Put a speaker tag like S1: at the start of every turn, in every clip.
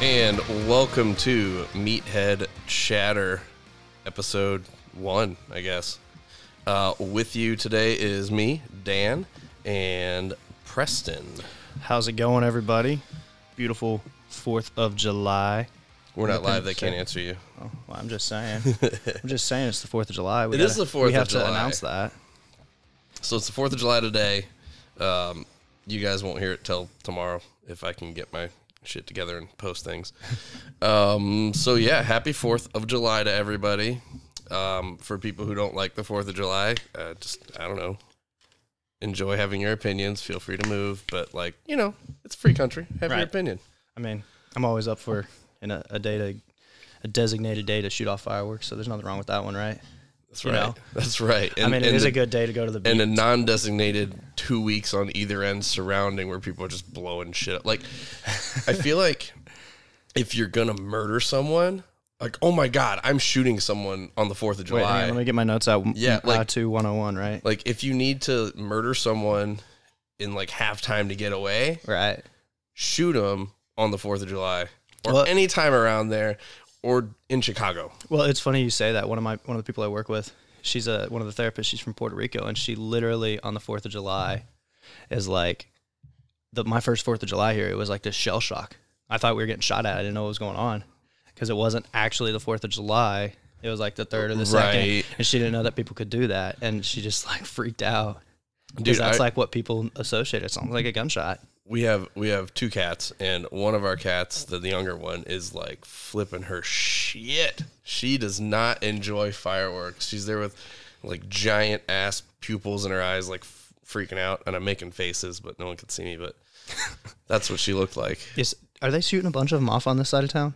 S1: And welcome to Meathead Chatter, episode one, I guess. Uh, with you today is me, Dan, and Preston.
S2: How's it going, everybody? Beautiful 4th of July.
S1: We're not live; they can't
S2: Independence
S1: answer you.
S2: Oh, well, I'm just saying. I'm just saying it's the 4th of July. We
S1: It is the 4th
S2: We
S1: of
S2: have
S1: July.
S2: to announce that.
S1: So it's the Fourth of July today. Um, you guys won't hear it till tomorrow if I can get my shit together and post things. um, so yeah, happy Fourth of July to everybody. Um, for people who don't like the Fourth of July, uh, just I don't know. Enjoy having your opinions. Feel free to move, but like you know, it's a free country. Have your
S2: Right.
S1: opinion.
S2: I mean, I'm always up for in a, a day to a designated day to shoot off fireworks, so there's nothing wrong with that one, right?
S1: That's
S2: You
S1: right.
S2: know.
S1: That's right. And,
S2: I mean, it
S1: and
S2: is
S1: the-
S2: a good day to go to the beach.
S1: and a non-designated two weeks on either end surrounding where people are just blowing shit up. Like, I feel like if you're gonna murder someone, like, oh my god, I'm shooting someone on the Fourth of
S2: Wait, hang on,
S1: July.
S2: let me get my notes out.
S1: Yeah, like-
S2: uh, two one oh one, right?
S1: like, if you need to murder someone in like half time to get away,
S2: Right.
S1: shoot them on the Fourth of July or
S2: Well-
S1: any time around there or in Chicago.
S2: Well, it's funny you say that. One of my one of the people I work with, she's a one of the therapists. She's from Puerto Rico, and she literally on the Fourth of July is like the my first Fourth of July here. It was like this shell shock. I thought we were getting shot at. I didn't know what was going on because it wasn't actually the Fourth of July. It was like the third or
S1: Right.
S2: the second, and she didn't know that people could do that, and she just like freaked out
S1: Dude,
S2: because that's
S1: I-
S2: like what people associate. It sounds like a gunshot.
S1: we have we have two cats and one of our cats the, the younger one is like flipping her shit she does not enjoy fireworks she's there with like giant ass pupils in her eyes like f- freaking out and i'm making faces but no one could see me but that's what she looked like
S2: Is are they shooting a bunch of them off on this side of town?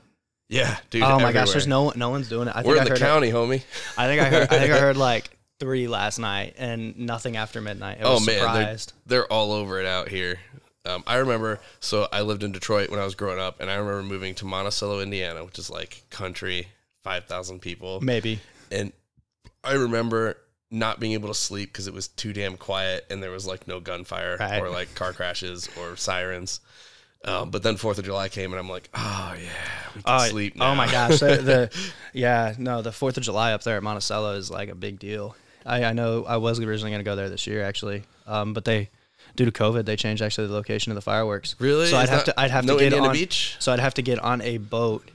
S1: yeah dude
S2: oh my
S1: everywhere.
S2: gosh, there's no no one's doing it. I
S1: we're
S2: think I
S1: in the
S2: heard it-
S1: county homie
S2: I think I heard. I think I heard like three last night, and nothing after midnight. I
S1: oh
S2: was
S1: man they're,
S2: surprised.
S1: they're all over it out here um, i remember so i lived in detroit when i was growing up and i remember moving to monticello indiana which is like country 5000 people
S2: Maybe
S1: and I remember not being able to sleep because it was too damn quiet and there was like no gunfire
S2: Right.
S1: or like car crashes or sirens. Um, but then Fourth of July came and I'm like, oh yeah, we can
S2: oh,
S1: sleep. Now.
S2: oh my gosh, the, the yeah, no, the Fourth of July up there at Monticello is like a big deal. I, I know I was originally going to go there this year actually, um, but they due to COVID they changed actually the location of the fireworks.
S1: Really?
S2: So I'd
S1: Is
S2: have
S1: that-
S2: to I'd have
S1: no
S2: to get
S1: Indiana
S2: on
S1: Beach?
S2: So I'd have to get on a boat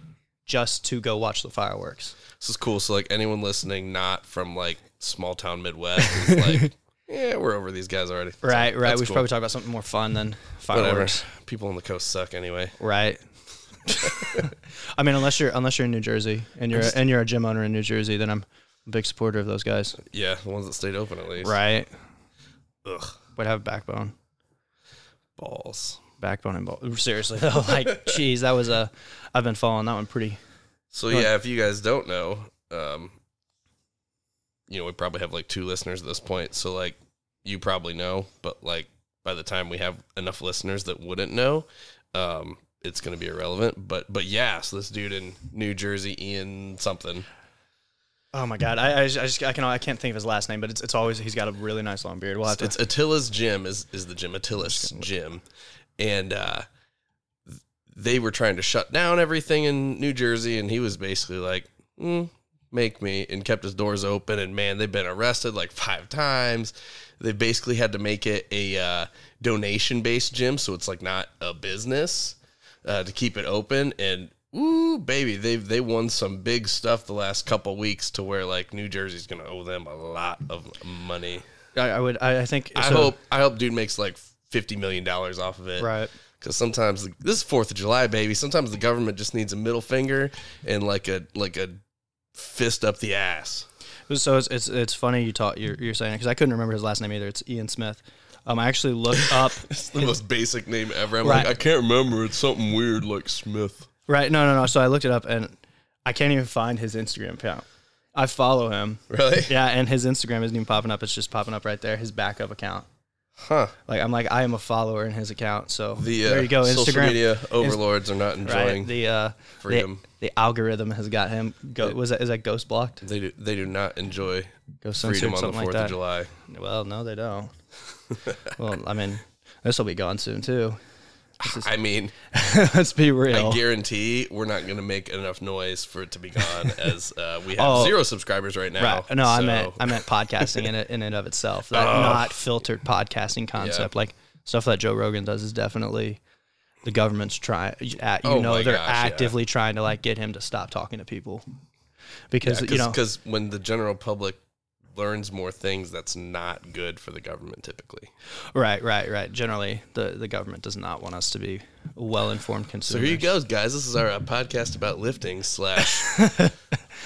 S2: just to go watch the fireworks.
S1: This is cool. So like anyone listening not from like small town Midwest is like, yeah, we're over these guys already. So
S2: Right, right.
S1: that's
S2: We should
S1: cool.
S2: probably talk about something more fun than
S1: whatever.
S2: fireworks.
S1: People on the coast suck anyway.
S2: Right. I mean, unless you're unless you're in New Jersey and you're and you're a gym owner in New Jersey, then I'm a big supporter of those guys.
S1: Yeah, the ones that stayed open at least.
S2: Right.
S1: Ugh,
S2: Would have backbone,
S1: balls.
S2: backbone and ball. Seriously though, like, geez, that was a. I've been following that one pretty.
S1: So yeah, if you guys don't know, um, you know, we probably have like two listeners at this point. So like, you probably know, but like by the time we have enough listeners that wouldn't know, um, it's gonna be irrelevant. But but yeah, so this dude in New Jersey, Ian something.
S2: Oh my god, I I just, I, just, I can I can't think of his last name, but it's, it's always he's got a really nice long beard. We'll have to.
S1: It's Attila's gym is is the gym Attila's gym, and uh, th- they were trying to shut down everything in New Jersey, and he was basically like, mm, "Make me," and kept his doors open. And man, they've been arrested like five times. They basically had to make it a uh, donation based gym, so it's like not a business uh, to keep it open and. Ooh, baby, they have they won some big stuff the last couple weeks to where like New Jersey's gonna owe them a lot of money.
S2: I, I would I, I think
S1: I
S2: so-
S1: hope I hope dude makes like fifty million dollars off of it.
S2: right.
S1: Because sometimes the, this is Fourth of July, baby. Sometimes the government just needs a middle finger and like a like a fist up the ass.
S2: So it's it's, it's funny you taught you're, you're saying because I couldn't remember his last name either. It's Ian Smith. Um, I actually looked up.
S1: It's the most basic name ever. I'm
S2: Right.
S1: like, I can't remember. It's something weird like Smith.
S2: Right. No, no, no. So I looked it up and I can't even find his Instagram account. I follow him.
S1: Really?
S2: Yeah, and his Instagram isn't even popping up. It's just popping up right there, his backup account.
S1: Huh.
S2: Like I'm like I am a follower in his account. So
S1: The uh,
S2: there you go, Instagram.
S1: social media overlords are not enjoying.
S2: right. The uh the,
S1: freedom.
S2: the algorithm has got him go was that is that ghost blocked?
S1: they do they do not enjoy
S2: Ghost censored
S1: freedom on the
S2: something
S1: Fourth
S2: like
S1: of
S2: that.
S1: July.
S2: Well, no, they don't. well, I mean, this will be gone soon too. This is-
S1: I mean,
S2: Let's be
S1: I
S2: real.
S1: guarantee we're not going to make enough noise for it to be gone, as uh, we have
S2: Oh.
S1: zero subscribers right now.
S2: Right. No, I
S1: Oh, so-
S2: meant I meant podcasting in it in and of itself. That
S1: Oh.
S2: not filtered podcasting concept, like stuff that Joe Rogan does, is definitely the government's trying. You
S1: Oh
S2: know,
S1: my
S2: they're
S1: gosh, yeah.
S2: actively trying to like get him to stop talking to people because you know
S1: because when the general public learns more things, that's not good for the government typically.
S2: Right, right, right. Generally, the, the government does not want us to be well informed
S1: So here
S2: consumers.
S1: you go, guys. This is our uh, podcast about lifting slash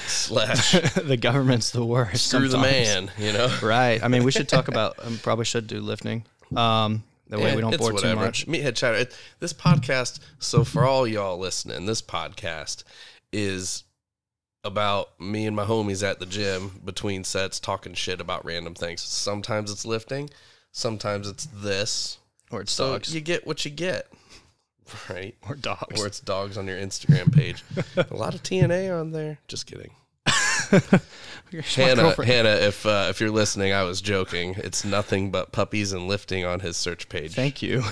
S1: slash
S2: the government's the worst.
S1: screw the
S2: sometimes.
S1: man. You know,
S2: Right. I mean, we should talk about. um, probably should do lifting. Um, that way
S1: Eh,
S2: we don't
S1: it's
S2: bore too
S1: whatever.
S2: much.
S1: Meathead chatter. It, this podcast. So for all y'all listening, this podcast is about me and my homies at the gym between sets talking shit about random things. Sometimes it's lifting, sometimes it's this.
S2: Or it's
S1: So
S2: dogs.
S1: you get what you get, right?
S2: or dogs.
S1: Or it's dogs on your Instagram page. A lot of TNA on there. Just kidding. Hannah, Hannah, if uh, if you're listening, I was joking. It's nothing but puppies and lifting on his search page.
S2: Thank you.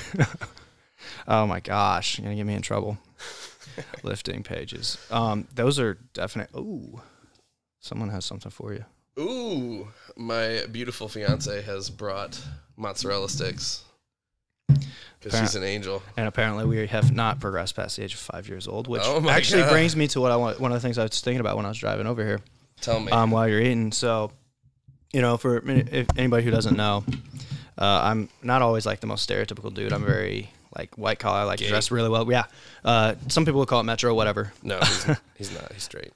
S2: oh my gosh, you're gonna get me in trouble. lifting pages. Um, those are definite. Ooh, someone has something for you.
S1: Ooh, my beautiful fiance has brought mozzarella sticks because she's an angel.
S2: And apparently, we have not progressed past the age of five years old, which
S1: Oh my
S2: actually
S1: God.
S2: brings me to what I want. One of the things I was thinking about when I was driving over here,
S1: Tell me.
S2: um, while you're eating. So, you know, for if anybody who doesn't know, uh, I'm not always like the most stereotypical dude. I'm very like white collar, I like to dress really well. Yeah, uh, some people would call it metro, whatever.
S1: no, he's, he's not. He's straight.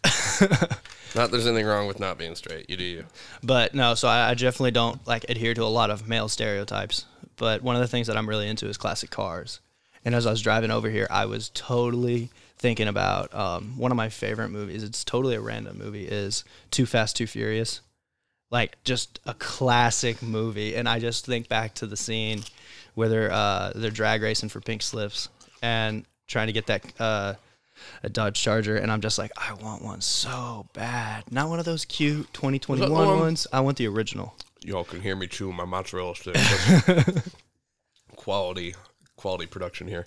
S1: not that there's anything wrong with not being straight. You do you.
S2: But no, so I, I definitely don't like adhere to a lot of male stereotypes. But one of the things that I'm really into is classic cars. And as I was driving over here, I was totally thinking about um, one of my favorite movies. It's totally a random movie. Is Too Fast, Too Furious, like just a classic movie. And I just think back to the scene where they're uh, they're drag racing for pink slips and trying to get that. Uh, a Dodge Charger, and I'm just like, I want one so bad. Not one of those cute 2021
S1: Is that the one-
S2: ones. I want the original.
S1: Y'all can hear me chew my mozzarella sticks. That's quality, quality production here.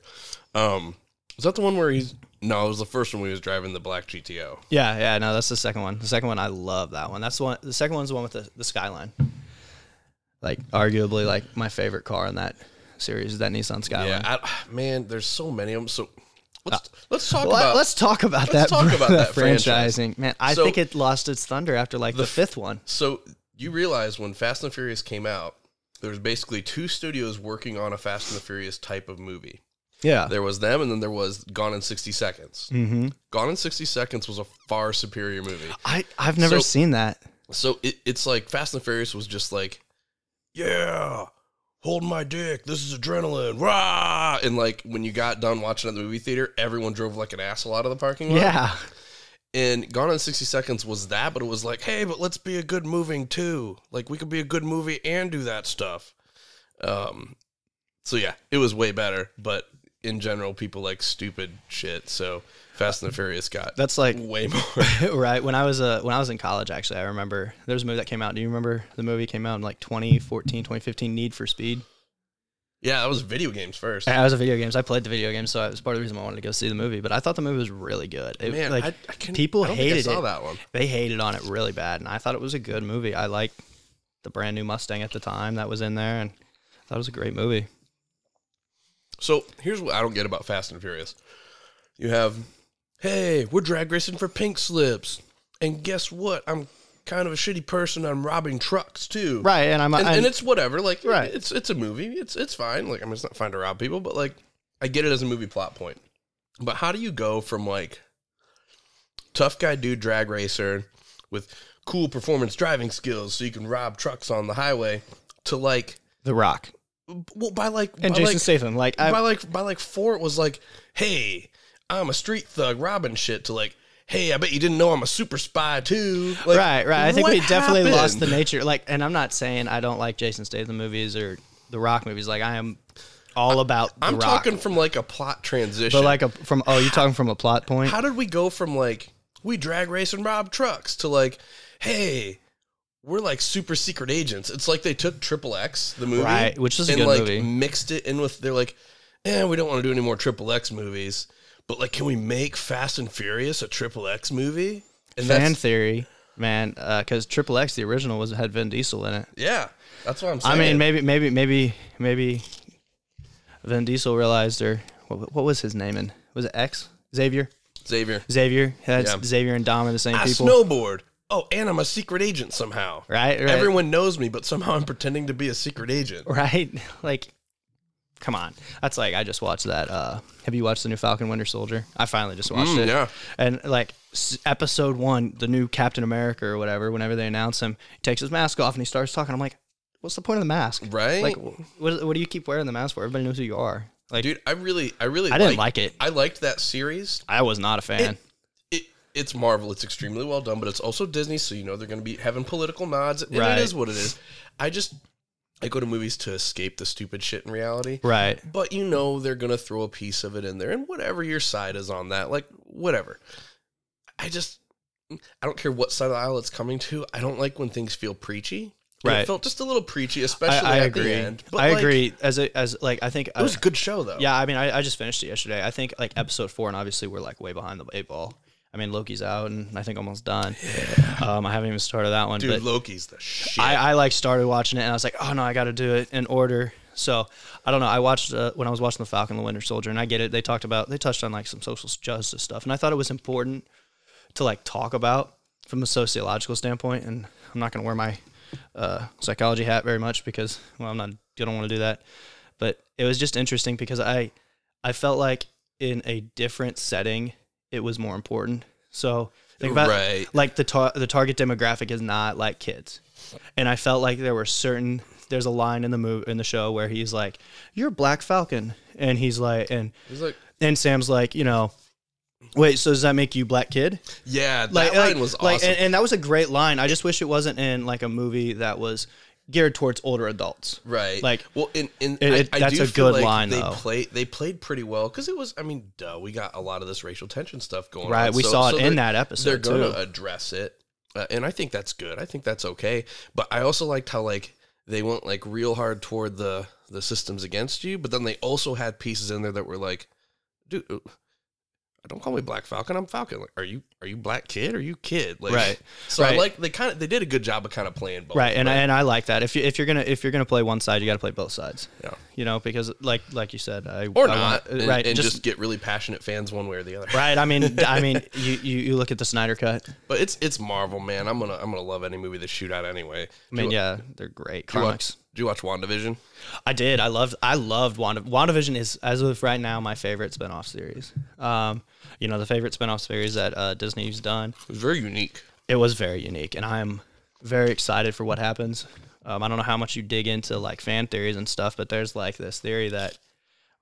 S1: Um, is that the one where he's? No, it was the first one we was driving the black GTO.
S2: Yeah, yeah, no, that's the second one. The second one, I love that one. That's the one. The second one's the one with the, the skyline. Like, arguably, like my favorite car in that series is that Nissan Skyline.
S1: Yeah, I, man, there's so many of them. So let's let's talk
S2: Well,
S1: about
S2: let's talk about
S1: let's
S2: that.
S1: talk about that franchise.
S2: franchising, man. I
S1: So-
S2: think it lost its thunder after like the, fifth one.
S1: So you realize when Fast and the Furious came out, there was basically two studios working on a Fast and the Furious type of movie.
S2: Yeah,
S1: There was them, and then there was Gone in 60 Seconds. Mm-hmm. Gone in 60 Seconds was a far superior movie.
S2: I I've never
S1: So-
S2: seen that.
S1: So it, it's like Fast and the Furious was just like, yeah, hold my dick. This is adrenaline. Rah! And like when you got done watching it at the movie theater, everyone drove like an asshole out of the parking lot.
S2: Yeah,
S1: And Gone in 60 Seconds was that, but it was like, hey, but let's be a good moving too. Like we could be a good movie and do that stuff. Um, so yeah, it was way better. But in general, people like stupid shit. So Fast and the Furious got
S2: that's like
S1: way more.
S2: right when I was uh, when I was in college actually I remember there was a movie that came out do you remember the movie came out in like 2014 2015 Need for Speed
S1: yeah, that was video games first.
S2: I was a video games I played the video games so it was part of the reason why I wanted to go see the movie but I thought the movie was really good it,
S1: Man,
S2: like
S1: I, I can,
S2: people
S1: I don't think
S2: hated
S1: I saw
S2: it.
S1: that one.
S2: they hated on it really bad and I thought it was a good movie I liked the brand new Mustang at the time that was in there and I thought it was a great movie
S1: So here's what I don't get about Fast and Furious. You have, hey, we're drag racing for pink slips, and guess what? I'm kind of a shitty person. I'm robbing trucks too.
S2: right and I'm
S1: And,
S2: I'm-
S1: and it's whatever. Like,
S2: Right.
S1: It's it's a movie. It's it's fine. Like, I mean, it's not fine to rob people, but like, I get it as a movie plot point. But how do you go from like tough guy dude drag racer with cool performance driving skills, so you can rob trucks on the highway, to like,
S2: The Rock
S1: well, by like
S2: and
S1: by,
S2: Jason
S1: like,
S2: Statham like
S1: by
S2: I,
S1: like by like four it was like hey i'm a street thug robbing shit to like hey i bet you didn't know i'm a super spy too Like,
S2: right, right. I think
S1: what
S2: we definitely lost the
S1: happened?
S2: nature. Like, and I'm not saying I don't like Jason Statham movies or The Rock movies. Like, I am all about The
S1: i'm
S2: Rock.
S1: talking from like a plot transition
S2: but like a, from oh, you're talking from a plot point.
S1: how did we go from like we drag race and rob trucks to like hey we're like super secret agents it's like they took triple x the movie
S2: Right, which is a
S1: and
S2: good
S1: like
S2: movie.
S1: mixed it in with they're like eh, we don't want to do any more triple X movies, but like, can we make Fast and Furious a triple X movie? And
S2: Fan
S1: that's,
S2: theory, man, because Triple X, the original, was had Vin Diesel in it.
S1: yeah, that's what I'm saying.
S2: I mean, maybe, maybe, maybe, maybe Vin Diesel realized, or what, what was his name? In was it X Xavier?
S1: Xavier,
S2: Xavier had
S1: Yeah.
S2: Xavier and Dom are the same
S1: I
S2: people,
S1: snowboard. Oh, and I'm a secret agent somehow.
S2: right? Right?
S1: Everyone knows me, but somehow I'm pretending to be a secret agent.
S2: right? Like, come on, that's like I just watched that. Uh, have you watched the new Falcon Winter Soldier? I finally just watched
S1: Mm,
S2: it.
S1: yeah.
S2: and like s- episode one, the new Captain America or whatever. Whenever they announce him, he takes his mask off and he starts talking. I'm like, what's the point of the mask?
S1: Right?
S2: Like, wh- what, what do you keep wearing the mask for? Everybody knows who you are. Like,
S1: Dude, I really, I really,
S2: I didn't like it.
S1: I liked that series.
S2: I was not a fan.
S1: It, it's Marvel. It's extremely well done, but it's also Disney, so you know they're going to be having political nods. And
S2: Right.
S1: It is what it is. I just, I go to movies to escape the stupid shit in reality.
S2: right.
S1: But you know they're gonna throw a piece of it in there, and whatever your side is on that, like whatever. I just I don't care what side of the aisle it's coming to. I don't like when things feel preachy. And
S2: Right.
S1: It felt just a little preachy,
S2: I,
S1: especially
S2: I
S1: at
S2: agree.
S1: the end.
S2: I
S1: like,
S2: agree. As a, as like, I think uh,
S1: It was a good show though.
S2: Yeah, I mean, I, I just finished it yesterday. I think like episode four, and obviously we're like way behind the eight ball. I mean, Loki's out, and I think almost done. Um, I haven't even started that one,
S1: Dude,
S2: but
S1: Loki's the shit.
S2: I, I like started watching it, and I was like, oh no, I got to do it in order. So I don't know. I watched uh, when I was watching the Falcon, the Winter Soldier, and I get it. They talked about they touched on like some social justice stuff, and I thought it was important to like talk about from a sociological standpoint. And I'm not going to wear my uh, psychology hat very much because well, I'm not. I don't want to do that. But it was just interesting because I I felt like in a different setting, it was more important. So think about
S1: Right.
S2: like the tar- the target demographic is not like kids and I felt like there were certain. There's a line in the movie in the show where he's like, "You're Black Falcon," and he's like, and
S1: He's like,
S2: and Sam's like, you know, wait, so does that make you Black Kid?
S1: yeah, that
S2: Like,
S1: line
S2: like-
S1: was awesome.
S2: like, and, and that was a great line. I just wish it wasn't in like a movie that was geared towards older adults.
S1: Right.
S2: Like,
S1: well, and, and
S2: it- it-
S1: I, I
S2: that's
S1: do
S2: a
S1: feel
S2: good
S1: like
S2: line,
S1: They
S2: though.
S1: played they played pretty well because it was. I mean, duh, we got a lot of this racial tension stuff going on.
S2: Right, we saw it in
S1: they're-
S2: that episode,
S1: They're going
S2: too.
S1: to address it, uh, and I think that's good. I think that's okay. But I also liked how like they went like real hard toward the the systems against you, but then they also had pieces in there that were like, dude. uh, Don't call me Black Falcon. I'm Falcon. Like, are you are you Black Kid? Are you Kid? Like,
S2: Right,
S1: So I
S2: right.
S1: like they kind of they did a good job of kind of playing both.
S2: Right, and I, and I like that. If you if you're gonna if you're gonna play one side, you got to play both sides.
S1: Yeah.
S2: You know, because like like you said, I
S1: or
S2: I
S1: not,
S2: want-
S1: and,
S2: right,
S1: and
S2: just,
S1: just, get really passionate fans one way or the other.
S2: right. I mean, I mean, you, you you look at the Snyder cut.
S1: But it's it's Marvel, man. I'm gonna I'm gonna love any movie they shoot out anyway.
S2: I mean, yeah, they're great
S1: Do you
S2: comics.
S1: watch, do you watch WandaVision?
S2: I did. I loved. I loved Wanda. WandaVision is as of right now my favorite spinoff series. Um, you know the favorite spinoff series that uh, Disney's done.
S1: It was very unique.
S2: It was very unique, and I am very excited for what happens. Um, I don't know how much you dig into like fan theories and stuff, but there's like this theory that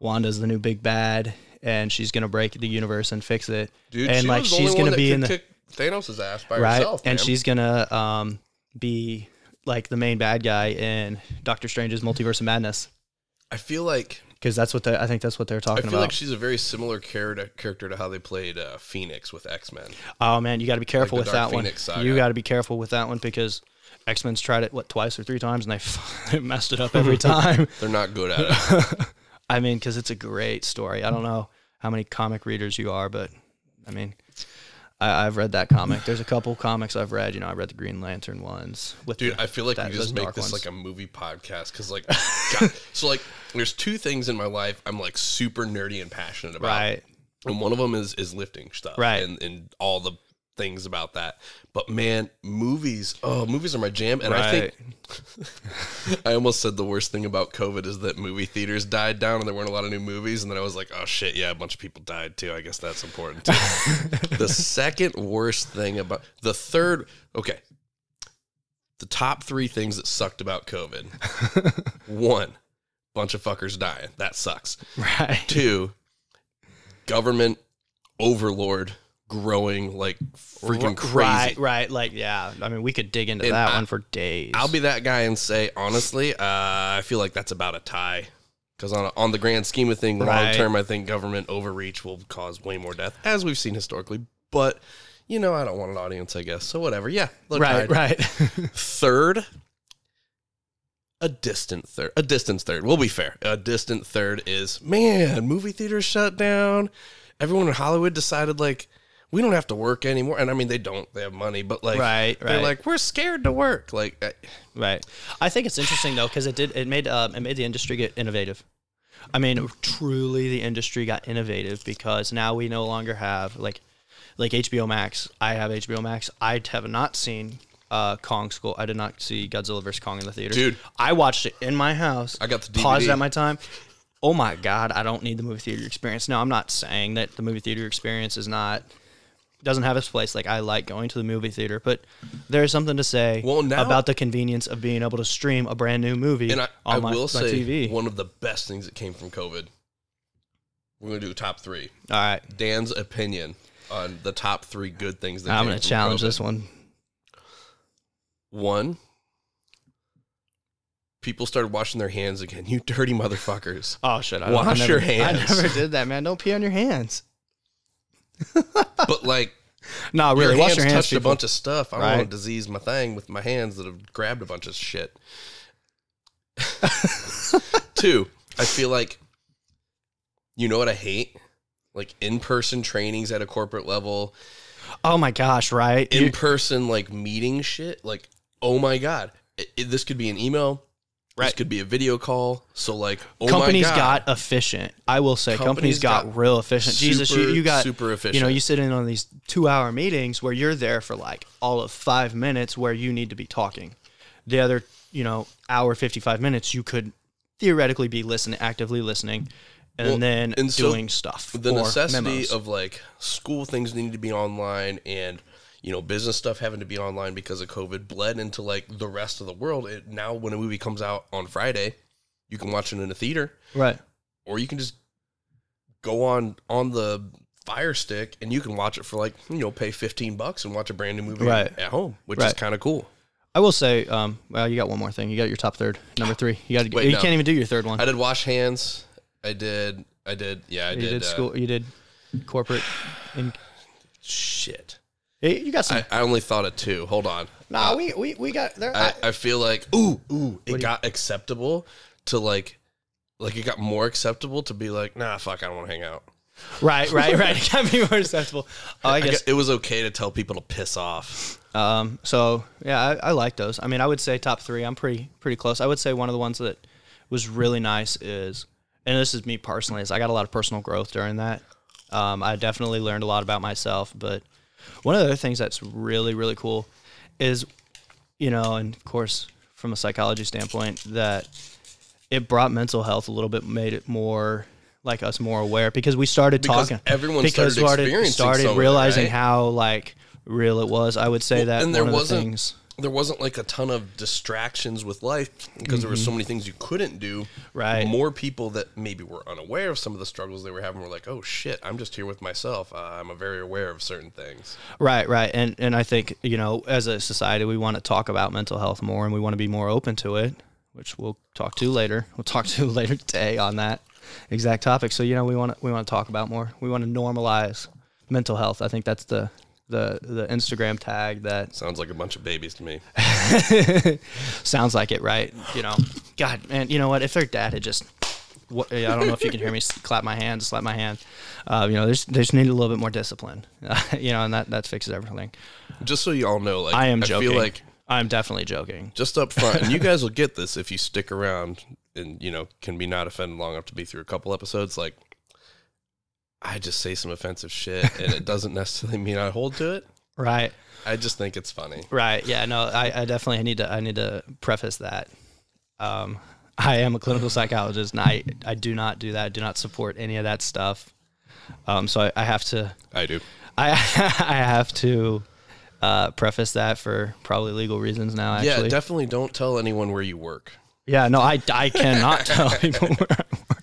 S2: Wanda's the new big bad, and she's gonna break the universe and fix it.
S1: Dude,
S2: and
S1: she
S2: like
S1: was the
S2: she's
S1: only
S2: gonna
S1: one that
S2: be
S1: could
S2: in the
S1: kick Thanos' ass by
S2: right,
S1: herself.
S2: and
S1: man.
S2: she's gonna um, be like the main bad guy in Doctor Strange's Multiverse of Madness.
S1: I feel like
S2: because that's what they, I think that's what they're
S1: I
S2: talking
S1: feel
S2: about.
S1: like she's a very similar character character to how they played uh, Phoenix with X Men.
S2: oh man, you got to be careful
S1: Like the
S2: with
S1: Dark
S2: that one.
S1: Phoenix saga.
S2: You got to be careful with that one because X Men's tried it what twice or three times and they, f- they messed it up every time.
S1: They're not good at it.
S2: I mean, because it's a great story. I don't know how many comic readers you are, but I mean. I, I've read that comic. There's a couple comics I've read. You know, I read the Green Lantern ones. With
S1: Dude,
S2: the-
S1: I feel like
S2: that-
S1: we
S2: those
S1: just make
S2: dark
S1: this
S2: ones.
S1: like a movie podcast because like, God, so like, there's two things in my life I'm like super nerdy and passionate about.
S2: right,
S1: and one of them is is lifting stuff
S2: Right.
S1: and and all the things about that but man movies oh movies are my jam and i
S2: right.
S1: think i almost said the worst thing about covid is that movie theaters died down and there weren't a lot of new movies and then i was like oh shit yeah a bunch of people died too i guess that's important too the second worst thing about the third okay the top three things that sucked about covid one bunch of fuckers dying that sucks
S2: right,
S1: Two, government overlord growing like freaking crazy.
S2: right, right. Like, yeah. I mean, we could dig into that
S1: I-
S2: one for days.
S1: I'll be that guy and say honestly, uh, I feel like that's about a tie. Because on, on the grand scheme of things, long
S2: Right.
S1: term, I think government overreach will cause way more death, as we've seen historically. But you know, I don't want an audience, I guess. So whatever. Yeah, they're
S2: right,
S1: tied.
S2: right.
S1: Third, a distant third. A distance third. We'll be fair. A distant third is man. Movie theaters shut down. Everyone in Hollywood decided like we don't have to work anymore. And I mean they don't. They have money, but like
S2: Right,
S1: they're
S2: right.
S1: like we're scared to work. Like I,
S2: Right. I think it's interesting though because it did it made um, it made the industry get innovative. I mean, truly, the industry got innovative because now we no longer have like like HBO Max. I have HBO Max. I have not seen uh, Kong School. I did not see Godzilla vs Kong in the theater.
S1: Dude.
S2: I watched it in my house.
S1: I got the
S2: paused
S1: DVD.
S2: at my time. Oh my god, I don't need the movie theater experience. Now I'm not saying that the movie theater experience is not doesn't have its place. Like I like going to the movie theater, but there's something to say
S1: Well, now-
S2: about the convenience of being able to stream a brand new movie
S1: and I,
S2: on
S1: I
S2: my,
S1: will
S2: my
S1: say
S2: TV.
S1: one of the best things that came from COVID. We're gonna do top three.
S2: All right,
S1: Dan's opinion on the top three good things that
S2: I'm
S1: came
S2: gonna
S1: from
S2: challenge
S1: COVID.
S2: this one.
S1: One, people started washing their hands again. You dirty motherfuckers.
S2: Oh shit! I
S1: Wash
S2: never,
S1: your
S2: I
S1: hands.
S2: never did that, man. Don't pee on your hands.
S1: But like,
S2: No, really,
S1: your
S2: wash
S1: hands
S2: your hands.
S1: touched a
S2: people.
S1: bunch of stuff. I
S2: Right.
S1: want to disease my thing with my hands that have grabbed a bunch of shit. Two, I feel like, you know what I hate? Like in person trainings at a corporate level,
S2: oh my gosh! Right? You-
S1: in person like meeting shit. Like, oh my god, I- I- this could be an email. This
S2: Right.
S1: could be a video call. So like, oh
S2: companies
S1: my god.
S2: got efficient. I will say
S1: Companies
S2: companies, got,
S1: got
S2: real efficient. Jesus, you,
S1: super,
S2: you got
S1: super
S2: You know,
S1: efficient.
S2: you sit in on these two hour meetings where you're there for like all of five minutes where you need to be talking. The other, you know, hour fifty five minutes you could theoretically be listening, actively listening, and
S1: Well,
S2: then
S1: and so
S2: doing stuff.
S1: the
S2: or
S1: necessity
S2: memos.
S1: of like school things needing to be online and you know business stuff having to be online because of covid bled into like the rest of the world it, now when a movie comes out on friday you can watch it in a theater
S2: right.
S1: or you can just go on on the fire stick and you can watch it for like you know pay 15 bucks and watch a brand new movie
S2: Right.
S1: at home which is
S2: Right.
S1: kind of cool
S2: I will say, um, well, you got one more thing. You got your top third, number three. You got.
S1: Wait,
S2: you
S1: no.
S2: can't even do your third one.
S1: i did wash hands i did i did yeah i
S2: you
S1: did,
S2: did,
S1: uh,
S2: school. You did corporate. And
S1: shit
S2: Hey, you got some.
S1: I, I only thought of two hold on
S2: nah, we, we we got there.
S1: I, I feel like ooh ooh it got acceptable to like like it got more acceptable to be like nah fuck I don't want to hang out.
S2: Right, right, right. It got to be more acceptable. Oh, I
S1: I
S2: guess.
S1: gu- it was okay to tell people to piss off.
S2: Um, so yeah, I, I like those. I mean, I would say top three. I'm pretty pretty close. I would say one of the ones that was really nice is, and this is me personally, is I got a lot of personal growth during that. Um, I definitely learned a lot about myself. But one of the other things that's really really cool is, you know, and of course from a psychology standpoint that it brought mental health a little bit, made it more like us more aware because we started
S1: Because
S2: talking.
S1: everyone
S2: because
S1: started experiencing some of
S2: started
S1: it,
S2: realizing
S1: right?
S2: how like real it was. I would say that
S1: and there
S2: one of
S1: wasn't-
S2: the things.
S1: There wasn't like a ton of distractions with life because there were so many things you couldn't do.
S2: Mm-hmm. Right.
S1: More people that maybe were unaware of some of the struggles they were having were like, "Oh shit, I'm just here with myself. Uh, I'm very aware of certain things."
S2: Right, right. And and I think, you know, as a society we want to talk about mental health more and we want to be more open to it, which we'll talk to later. We'll talk to later today on that exact topic. So, you know, we want to we want to talk about more. We want to normalize mental health. I think that's the the the Instagram tag that
S1: Sounds like a bunch of babies to me.
S2: sounds like it, right? You know, God, man, you know what? If their dad had just, what, I don't know if you can hear me clap my hand, slap my hand. Uh, you know, there's there's need a little bit more discipline. you know, and that that fixes everything.
S1: Just so you all know, like
S2: I am
S1: I
S2: joking.
S1: feel like
S2: I'm definitely joking.
S1: just up front, and you guys will get this if you stick around and you know can be not offended long enough to be through a couple episodes. Like, I just say some offensive shit, and it doesn't necessarily mean I hold to it.
S2: Right,
S1: I just think it's funny.
S2: right. Yeah, no, I, I definitely need to I need to preface that. Um, I am a clinical psychologist, and I I do not do that. I do not support any of that stuff. Um, so I, I have to
S1: I do.
S2: I I have to uh, preface that for probably legal reasons now. Actually,
S1: Yeah, definitely don't tell anyone where you work.
S2: Yeah, no, I, I cannot tell people where I work.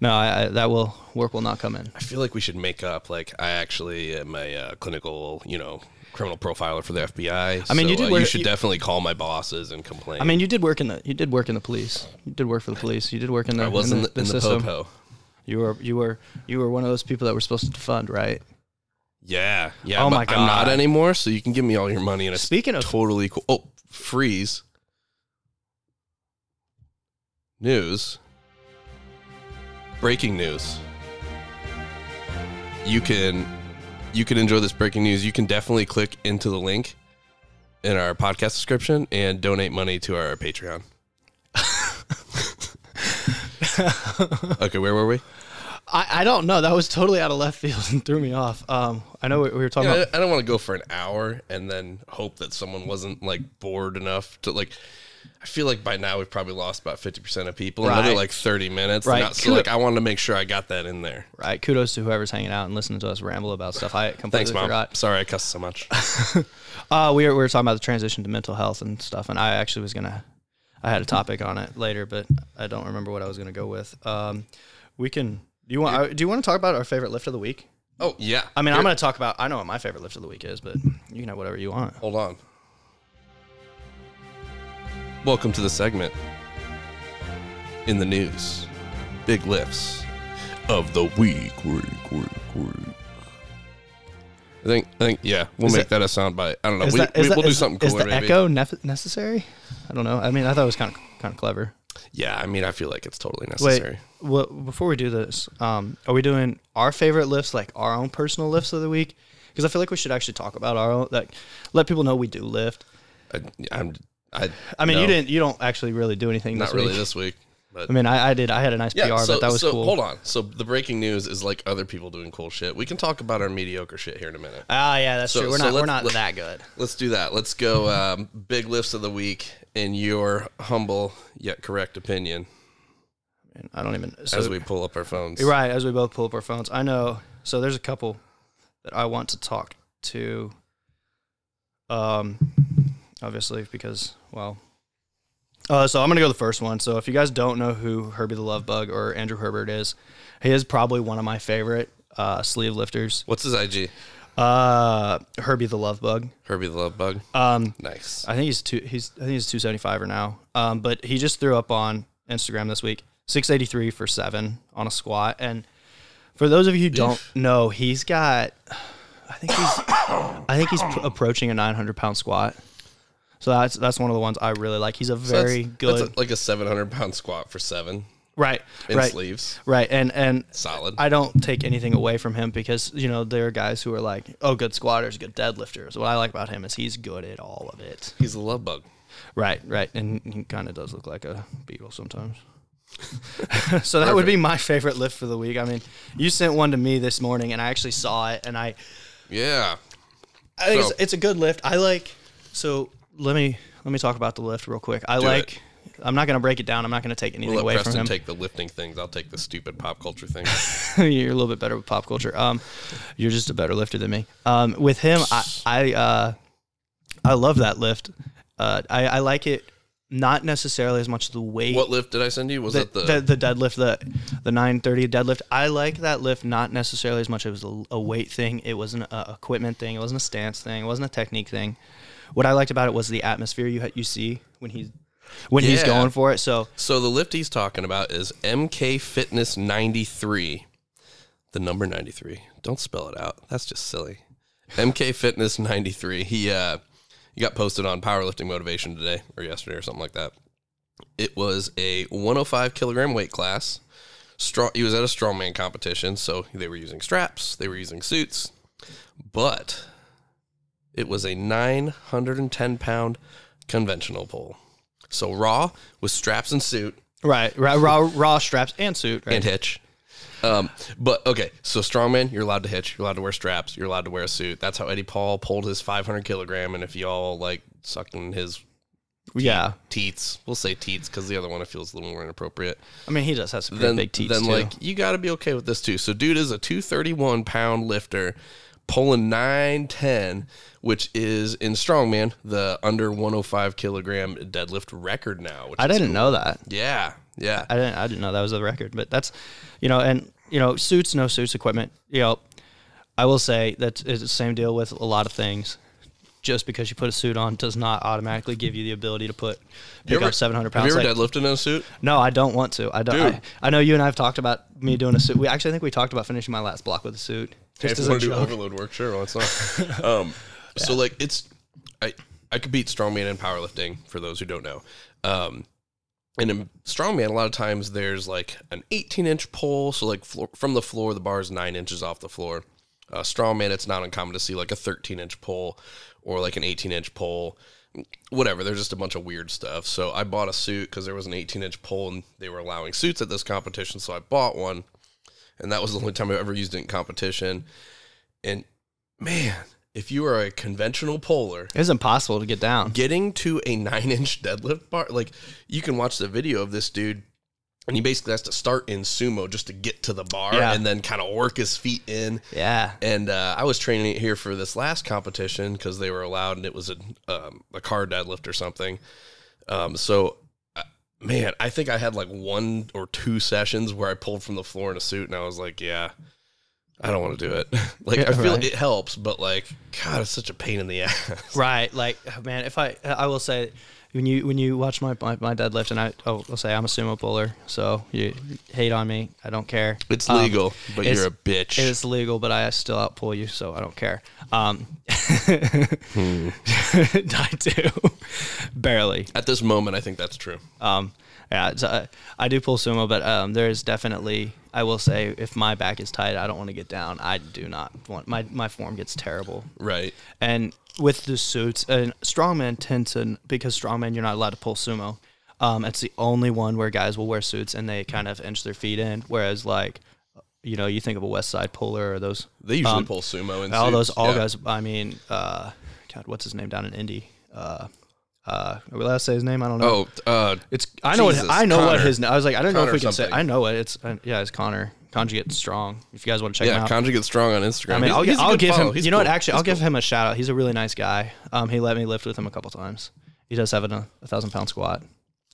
S2: No, I, I, that will work will not come in.
S1: I feel like we should make up like I actually am a uh, clinical, you know, criminal profiler for the FBI. I
S2: mean, you do
S1: uh,
S2: work-
S1: you should
S2: you-
S1: definitely call my bosses and complain.
S2: I mean, you did work in the you did work in the police. You did work for the police. You did work in the
S1: I was in the, in the
S2: system.
S1: popo.
S2: You were you were you were one of those people that were supposed to fund, right?
S1: Yeah, yeah.
S2: Oh
S1: but
S2: my
S1: I'm not
S2: God.
S1: anymore, so you can give me all your money and it's
S2: Speaking of
S1: totally cool. Oh, freeze! news. Breaking news. You can you can enjoy this breaking news. You can definitely click into the link in our podcast description and donate money to our Patreon. okay, where were we?
S2: I, I don't know. That was totally out of left field and threw me off. Um, I know we, we were talking
S1: Yeah,
S2: about.
S1: I I don't want to go for an hour and then hope that someone wasn't like bored enough to like. I feel like by now we've probably lost about fifty percent of people. Another
S2: Right.
S1: like thirty minutes.
S2: Right.
S1: Not- so like I wanted to make sure I got that in there.
S2: Right. Kudos to whoever's hanging out and listening to us ramble about stuff. I completely
S1: Thanks, mom.
S2: forgot.
S1: Sorry I cussed so much.
S2: Uh, we were we were talking about the transition to mental health and stuff, and I actually was gonna, I had a topic on it later, but I don't remember what I was gonna go with. Um, we can. Do you want? I- Do you want to talk about our favorite lift of the week?
S1: oh yeah.
S2: I mean, I'm gonna talk about. I know what my favorite lift of the week is, but you can have whatever you want.
S1: Hold on. Welcome to the segment. In the news, big lifts of the week. Week, week, week. I think, I think, yeah, we'll
S2: Is
S1: make
S2: that-
S1: that, a soundbite. I don't know.
S2: Is
S1: Oh, We,
S2: that-
S1: we,
S2: is that-
S1: we'll do
S2: is-
S1: something
S2: Is
S1: cooler.
S2: the
S1: maybe.
S2: echo nef- necessary? I don't know. I mean, I thought it was kind of kind of clever.
S1: Yeah, I mean, I feel like it's totally
S2: Wait,
S1: necessary.
S2: well, before we do this, um, are we doing our favorite lifts, like our own personal lifts of the week? Because I feel like we should actually talk about our own, like, let people know we do lift.
S1: I, I'm, I,
S2: I mean, you
S1: no,
S2: didn't, you don't actually really do anything.
S1: Not
S2: this
S1: really
S2: week.
S1: this week. But
S2: I mean, I, I did. I had a nice PR,
S1: so,
S2: but that was
S1: so
S2: cool.
S1: hold on. So the breaking news is like other people doing cool shit. We can talk about our mediocre shit here in a minute.
S2: Ah, yeah, that's
S1: So-
S2: true. We're
S1: so
S2: not, we're
S1: let's-
S2: not
S1: let's-
S2: that good.
S1: Let's do that. Let's go um, big lifts of the week in your humble yet correct opinion
S2: And I don't even. So,
S1: as we pull up our phones.
S2: You're right. As we both pull up our phones, I know. So there's a couple that I want to talk to. Um, obviously because well, uh, so I'm gonna go the first one. So if you guys don't know who Herbie the Love Bug or Andrew Herbert is, he is probably one of my favorite uh, sleeve lifters.
S1: What's his IG?
S2: Uh, Herbie the Love Bug.
S1: Herbie the Love Bug.
S2: Um,
S1: nice.
S2: I think he's two. He's I think he's two seventy five or now. Um, but he just threw up on Instagram this week six eighty three for seven on a squat. And for those of you who don't know, he's got. I think he's. I think he's pr- approaching a nine hundred pound squat. So that's that's one of the ones I really like. He's a
S1: That's-
S2: very
S1: that's
S2: good.
S1: a- like a 700 pound squat for seven
S2: right.
S1: in
S2: right.
S1: sleeves.
S2: Right. And and
S1: Solid.
S2: I don't take anything away from him because you know there are guys who are like, oh, good squatters, good deadlifters. What I like about him is he's good at all of it.
S1: He's a love bug.
S2: Right, right, and he kind of does look like a beetle sometimes. so that would be my favorite lift for the week. I mean, you sent one to me this morning, and I actually saw it, and I,
S1: Yeah.
S2: I think
S1: So-
S2: it's, it's a good lift. I like. So let me let me talk about the lift real quick. I like. I'm not gonna break it down. I'm not gonna take anything
S1: Let
S2: away
S1: Preston
S2: from him.
S1: take the lifting things. I'll take the stupid pop culture thing.
S2: you're a little bit better with pop culture. Um, you're just a better lifter than me. Um, with him, I I uh, I love that lift. Uh, I I like it. Not necessarily as much the weight.
S1: what lift did I send you? Was
S2: the,
S1: it the,
S2: the, the deadlift, the the nine thirty deadlift. I like that lift not necessarily as much. It was a, a weight thing. It wasn't a equipment thing. It wasn't a stance thing. It wasn't a technique thing. What I liked about it was the atmosphere you ha- you see when he's when he's
S1: Yeah.
S2: going for it. So
S1: So the lift he's talking about is MK Fitness 93. The number 93. Don't spell it out. That's just silly. MK Fitness 93. He uh he got posted on powerlifting motivation today or yesterday or something like that. It was a 105 kilogram weight class. Straw he was at a strongman competition, so they were using straps, they were using suits, but it was a 910 pound conventional pull. So raw with straps and suit
S2: right, raw raw, raw straps and suit. Right?
S1: and hitch. Um, but okay, so strongman, you're allowed to hitch, you're allowed to wear straps, you're allowed to wear a suit. That's how Eddie Paul pulled his 500 kilogram. And if y'all like sucking his
S2: yeah,
S1: teats, we'll say teats because the other one it feels a little more inappropriate.
S2: I mean he does have some pretty
S1: Then,
S2: big teeth
S1: then
S2: too.
S1: like you got to be okay with this too. So dude is a 231 pound lifter, pulling 910, which is in strongman the under 105 kilogram deadlift record now. Which
S2: I didn't know that.
S1: yeah, yeah.
S2: I didn't I didn't know that was a record, but that's you know, and you know, suits, no suits, equipment. You know, I will say that is the same deal with a lot of things. Just because you put a suit on does not automatically give you the ability to put pick
S1: You ever-
S2: up seven hundred
S1: Have
S2: pounds.
S1: you ever
S2: Like,
S1: deadlifted in a suit?
S2: no, I don't want to. I don't. I,
S1: Dude.
S2: I know you and I have talked about me doing a suit. We actually I think we talked about finishing my last block with a suit.
S1: Hey,
S2: Just
S1: if you
S2: as a
S1: want to do
S2: joke.
S1: overload work, sure, why not? um, So like it's I I could beat strongman and powerlifting for those who don't know. Um, and in strongman, a lot of times there's like an 18 inch pole, so like floor, from the floor, the bar is nine inches off the floor. Uh, strongman, it's not uncommon to see like a 13 inch pole or like an 18 inch pole, whatever. There's just a bunch of weird stuff. So I bought a suit because there was an 18 inch pole and they were allowing suits at this competition, so I bought one, and that was the only time I ever used it in competition. And man, if you are a conventional polar,
S2: It's impossible to get down.
S1: getting to a nine inch deadlift bar like you can watch the video of this dude and he basically has to start in sumo just to get to the bar
S2: Yeah.
S1: and then kind of work his feet in
S2: Yeah.
S1: and uh, i was training it here for this last competition because they were allowed and it was a, um, a car deadlift or something um, so uh, man i think i had like one or two sessions where i pulled from the floor in a suit and i was like yeah i don't want to do it like
S2: Yeah,
S1: i feel
S2: right.
S1: it helps but like god it's such a pain in the ass
S2: Right. Like, oh, man, if I, I will say, when you when you watch my my, my deadlift, and I, I will say I'm a sumo puller, so you hate on me, I don't care.
S1: It's
S2: Um,
S1: legal, but
S2: it's-
S1: you're a bitch.
S2: It is legal, but I still outpull you, so I don't care. Um,
S1: Hmm.
S2: I do, barely.
S1: At this moment, I think that's true.
S2: Um, yeah, it's, uh, I do pull sumo, but um, there is definitely. I will say, if my back is tight, I don't want to get down. I do not want my my form gets terrible.
S1: Right.
S2: And with the suits, and strongmen tend to because strongmen you're not allowed to pull sumo. Um, it's the only one where guys will wear suits and they kind of inch their feet in. Whereas like, you know, you think of a West Side puller or those
S1: They usually
S2: um,
S1: pull sumo and
S2: all those
S1: suits.
S2: all
S1: Yeah.
S2: guys. I mean, uh, God, what's his name down in Indy? Uh, uh, are we allowed to say his name? I don't know.
S1: Oh, uh,
S2: It's I know
S1: Jesus,
S2: what I know what
S1: Connor.
S2: his I was like I don't know
S1: Connor
S2: if we can say
S1: something.
S2: I know it. It's uh, yeah, it's Connor Conjugate Strong. If you guys want to check him
S1: yeah.
S2: out,
S1: Conjugate strong on Instagram.
S2: I mean,
S1: He's-
S2: I'll,
S1: he's a
S2: I'll
S1: good
S2: give
S1: follow.
S2: him.
S1: He's
S2: you know what?
S1: cool.
S2: Actually, I'll give him a shout out. He's a really nice guy. Um, he let me lift with him a couple times. He does have an, a, a thousand pound squat.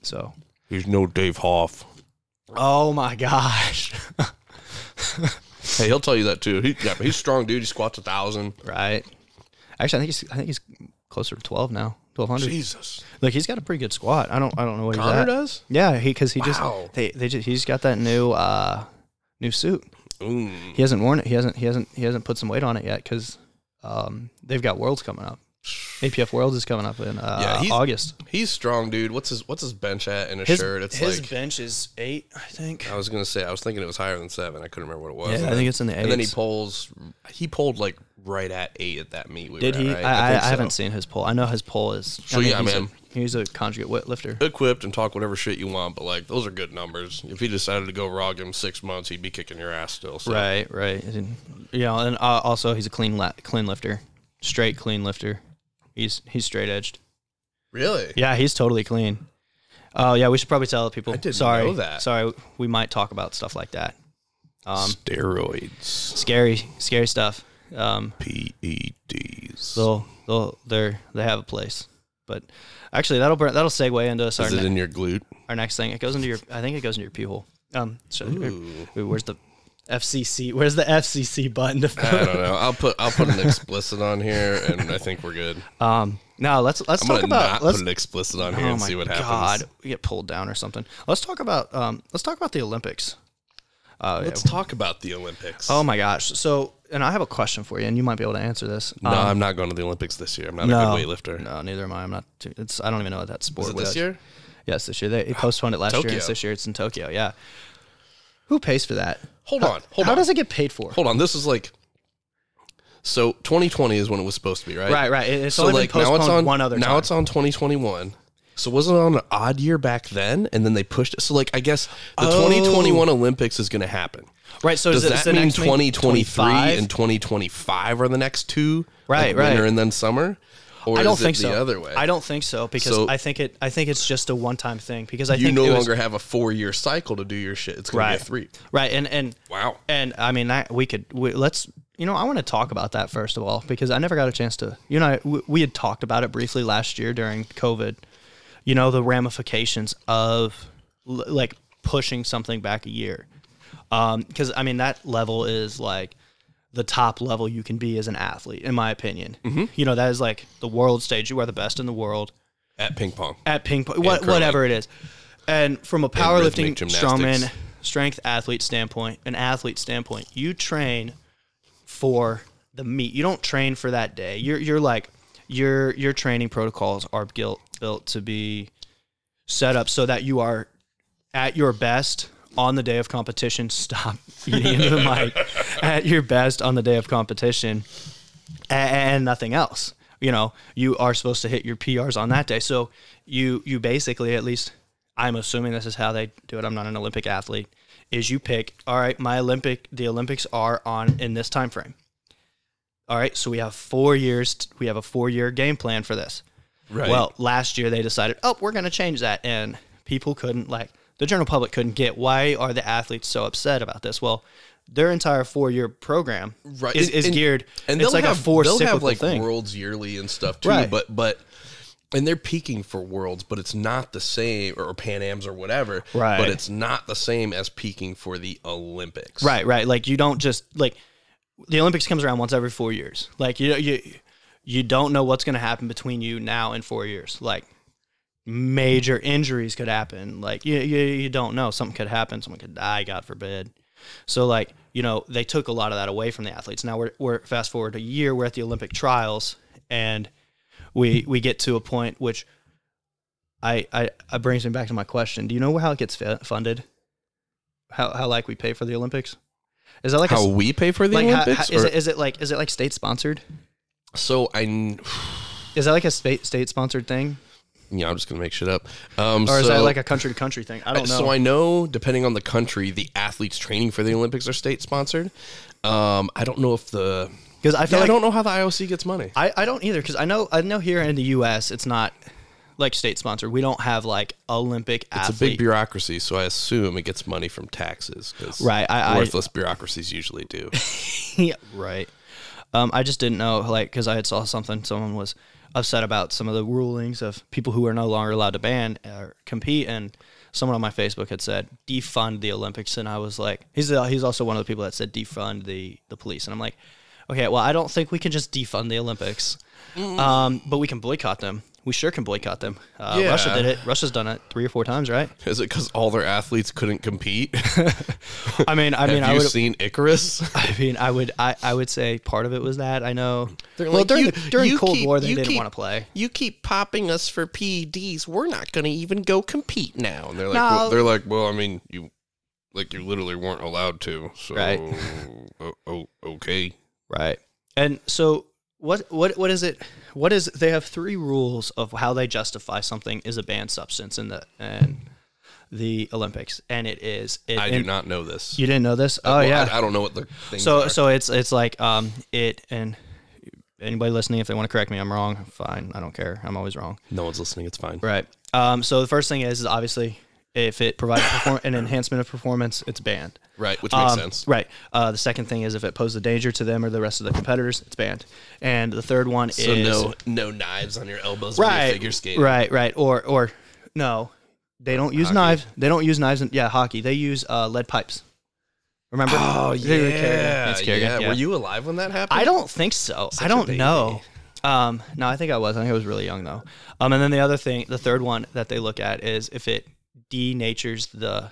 S2: So,
S1: He's no Dave Hoff.
S2: oh my gosh,
S1: Hey, he'll tell you that too. He, yeah, but he's strong, dude. He squats a thousand.
S2: right? Actually, I think he's I think he's closer to twelve now, twelve hundred.
S1: Jesus.
S2: Like he's got a pretty good squat. I don't I don't know what he's
S1: Connor
S2: at.
S1: does.
S2: Yeah, he because he
S1: Wow.
S2: just they they just he's got that new uh new suit.
S1: Mm.
S2: He hasn't worn it. He hasn't he hasn't he hasn't put some weight on it yet because um they've got worlds coming up. APF Worlds is coming up in uh,
S1: Yeah, he's-
S2: August.
S1: He's strong, dude. What's his What's his bench at in a shirt? It's like Oh,
S2: bench is eight, I think.
S1: I was gonna say. I was thinking it was higher than seven. I couldn't remember what it was.
S2: Yeah, I
S1: And
S2: think it's in the eight.
S1: then- And then he pulls. He pulled like right at eight at that meet. We
S2: Did
S1: were at,
S2: he?
S1: right?
S2: I, I,
S1: think so.
S2: I haven't seen his pull. I know his pull is.
S1: So,
S2: I
S1: yeah,
S2: he's
S1: man.
S2: A, he's a conjugate weight lifter.
S1: equipped and talk whatever shit you want, but like those are good numbers. If he decided to go rog him six months, he'd be kicking your ass still. So.
S2: Right, right. And, you know, and uh, also he's a clean la- clean lifter, straight clean lifter. He's he's straight edged.
S1: Really?
S2: Yeah, he's totally clean. Oh yeah, we should probably tell people. I
S1: didn't
S2: sorry,
S1: know that.
S2: sorry. We might talk about stuff like that.
S1: Steroids, E
S2: Scary, scary stuff. Um,
S1: PEDs.
S2: they'll they'll they're they have a place. But actually, that'll br- that'll segue into us. our
S1: Is
S2: ne-
S1: it in your glute?
S2: our next thing. It goes into your. I think it goes into your pee hole. Um. So
S1: Ooh.
S2: Ooh, where's the FCC? Where's the FCC button?
S1: I
S2: To,
S1: don't know. I'll put I'll put an explicit on here, and I think we're good.
S2: um. No. Let's let's
S1: I'm
S2: talk
S1: gonna
S2: about.
S1: not
S2: let's,
S1: put an explicit on here
S2: oh
S1: and
S2: my
S1: see what
S2: god,
S1: happens.
S2: we get pulled down or something. Let's talk about. Um. Let's talk about the Olympics. Uh.
S1: Let's talk about the Olympics.
S2: Oh my gosh. So, and I have a question for you, and you might be able to answer this.
S1: no,
S2: Um,
S1: I'm not going to the Olympics this year. I'm not
S2: no,
S1: a good weightlifter.
S2: No, neither am I. I'm not. Too, it's. I don't even know what that sport
S1: Is it this year?
S2: Yes, this year they they postponed it last year. and
S1: Tokyo.
S2: It's this year it's in Tokyo. Yeah. Who pays for that?
S1: Hold on, hold
S2: How
S1: on.
S2: does it get paid for?
S1: Hold on. This is like so 2020 is when it was supposed to be, right?
S2: Right, right. It- It's
S1: So
S2: only
S1: like
S2: been
S1: now
S2: postponed
S1: it's on
S2: one other
S1: now
S2: time.
S1: it's on 2021. So wasn't it on an odd year back then, and then they pushed it. So like I guess the
S2: Oh.
S1: 2021 Olympics is going to happen.
S2: right. So
S1: Does
S2: is it, is
S1: that
S2: the
S1: mean
S2: next meet
S1: 2023
S2: 25?
S1: and 2025 are the next two?
S2: Right,
S1: like Winter
S2: right.
S1: and then summer. Or
S2: I don't
S1: is it
S2: think
S1: the
S2: so.
S1: other way.
S2: I don't think so because
S1: So-
S2: I think it. I think it's just a one-time thing because I
S1: you
S2: think
S1: no
S2: it was-
S1: longer have a four year cycle to do your shit. It's going
S2: right.
S1: to be a three.
S2: Right, and and
S1: Wow.
S2: and I mean, I, we could we, let's. You know, I want to talk about that first of all because I never got a chance to. You know, we, we had talked about it briefly last year during COVID. You know, the ramifications of l- like pushing something back a year, because I mean that level is like the top level you can be as an athlete, in my opinion. You know, that is like the world stage. You are the best in the world
S1: At ping pong.
S2: at ping pong, what,
S1: curling.
S2: whatever it is. And from a
S1: rhythmic
S2: powerlifting,
S1: gymnastics.
S2: strongman, strength athlete standpoint, an athlete standpoint, you train for the meet. You don't train for that day. You're you're like your your training protocols are built built to be set up so that you are at your best on the day of competition. Stop eating into the mic. At your best on the day of competition, a- and nothing else. You know, you are supposed to hit your PRs on that day. So you you basically, at least, I'm assuming this is how they do it. I'm not an Olympic athlete. Is you pick all right? My Olympic, the Olympics are on in this time frame. All right, so we have four years. t- We have a four-year game plan for this.
S1: Right.
S2: Well, last year they decided, oh, we're going to change that. And people couldn't, like, the general public couldn't get why are the athletes so upset about this? Well, their entire four year program
S1: right
S2: is,
S1: and-
S2: is
S1: and-
S2: geared.
S1: and
S2: it's
S1: they'll
S2: like
S1: have,
S2: a four
S1: they'll
S2: cyclical
S1: have like
S2: thing.
S1: worlds yearly and stuff too
S2: Right.
S1: but but and they're peaking for worlds but it's not the same or pan ams or whatever
S2: Right.
S1: but it's not the same as peaking for the olympics
S2: Right, right. Like you don't just like the Olympics comes around once every four years. Like you you you don't know what's going to happen between you now and four years. Like major injuries could happen. Like you, you you don't know something could happen. Someone could die. God forbid. So like you know they took a lot of that away from the athletes. Now we're we're fast forward a year. We're at the Olympic trials and we we get to a point which. I, I, I brings me back to my question. Do you know how it gets fu- funded? How, how like we pay for the Olympics? Is that like a
S1: how we pay for the
S2: like how-
S1: olympics
S2: how- is
S1: or-
S2: it is it like is it like state sponsored?
S1: so i kn-
S2: Is that like a state state sponsored thing,
S1: yeah i'm just gonna make shit up um
S2: or is
S1: so,
S2: that like a country to country thing? I don't know.
S1: so i know depending on the country the athletes training for the olympics are state sponsored um i don't know if the
S2: Because I,
S1: yeah,
S2: feel
S1: i
S2: like
S1: don't know how the ioc gets money
S2: I, I don't either. Because I know I know here in the U.S. it's not like state sponsored. We don't have like Olympic
S1: It's
S2: athlete.
S1: a big bureaucracy, so I assume it gets money from taxes. 'cause
S2: Right, I- I-
S1: worthless bureaucracies usually do.
S2: yeah, right. Um, I just didn't know, like, because I had saw something. Someone was upset about some of the rulings of people who are no longer allowed to ban or compete, and someone on my Facebook had said defund the Olympics, and I was like, he's the, he's also one of the people that said defund the the police, and I'm like, okay, well, I don't think we can just defund the Olympics, um, but we can boycott them. We sure can boycott them. Uh, Russia
S1: Yeah.
S2: did it. Russia's done it three or four times, right?
S1: Is it because all their athletes couldn't compete?
S2: I mean, I mean,
S1: Have
S2: I
S1: you
S2: would,
S1: seen Icarus?
S2: I mean, I would, I, I would say part of it was that. I know. well,
S1: like,
S2: during
S1: "You-
S2: the, during
S1: you
S2: Cold
S1: keep-
S2: War, they
S1: you
S2: didn't
S1: keep-
S2: want to play.
S1: you keep popping us for PEDs. We're not going to even go compete now. And they're like,
S2: No.
S1: well, they're like, well, I mean, you, like, you literally weren't allowed to. So,
S2: Right.
S1: o- o- okay.
S2: Right. And so, what, what, what is it? What is they have three rules of how they justify something is a banned substance in the and the Olympics, and it is. It,
S1: I
S2: and-
S1: do not know this.
S2: You didn't know this? Oh
S1: Well,
S2: yeah.
S1: I, I don't know what the things
S2: so
S1: are.
S2: so it's it's like um it and anybody listening if they want to correct me I'm wrong fine I don't care I'm always wrong
S1: no one's listening. It's fine.
S2: Right. Um, so the first thing is, is obviously if it provides perform- an enhancement of performance, it's banned.
S1: Right, which makes
S2: Um,
S1: sense.
S2: Right. Uh, the second thing is if it poses a danger to them or the rest of the competitors, it's banned. And the third one
S1: So
S2: is
S1: no, no knives on your elbows when you
S2: right,
S1: figure skating.
S2: right, right, or or no, they don't use knives. They don't use knives. In, yeah, hockey. They use uh, lead pipes. Remember?
S1: Oh
S2: They were
S1: yeah,
S2: Kerrigan. It's Kerrigan,
S1: yeah.
S2: yeah.
S1: Were you alive when that happened?
S2: I don't think so. I
S1: a
S2: don't
S1: baby.
S2: know. Um, no, I think I was. I think I was really young though. Um, and then the other thing, the third one that they look at is if it denatures the,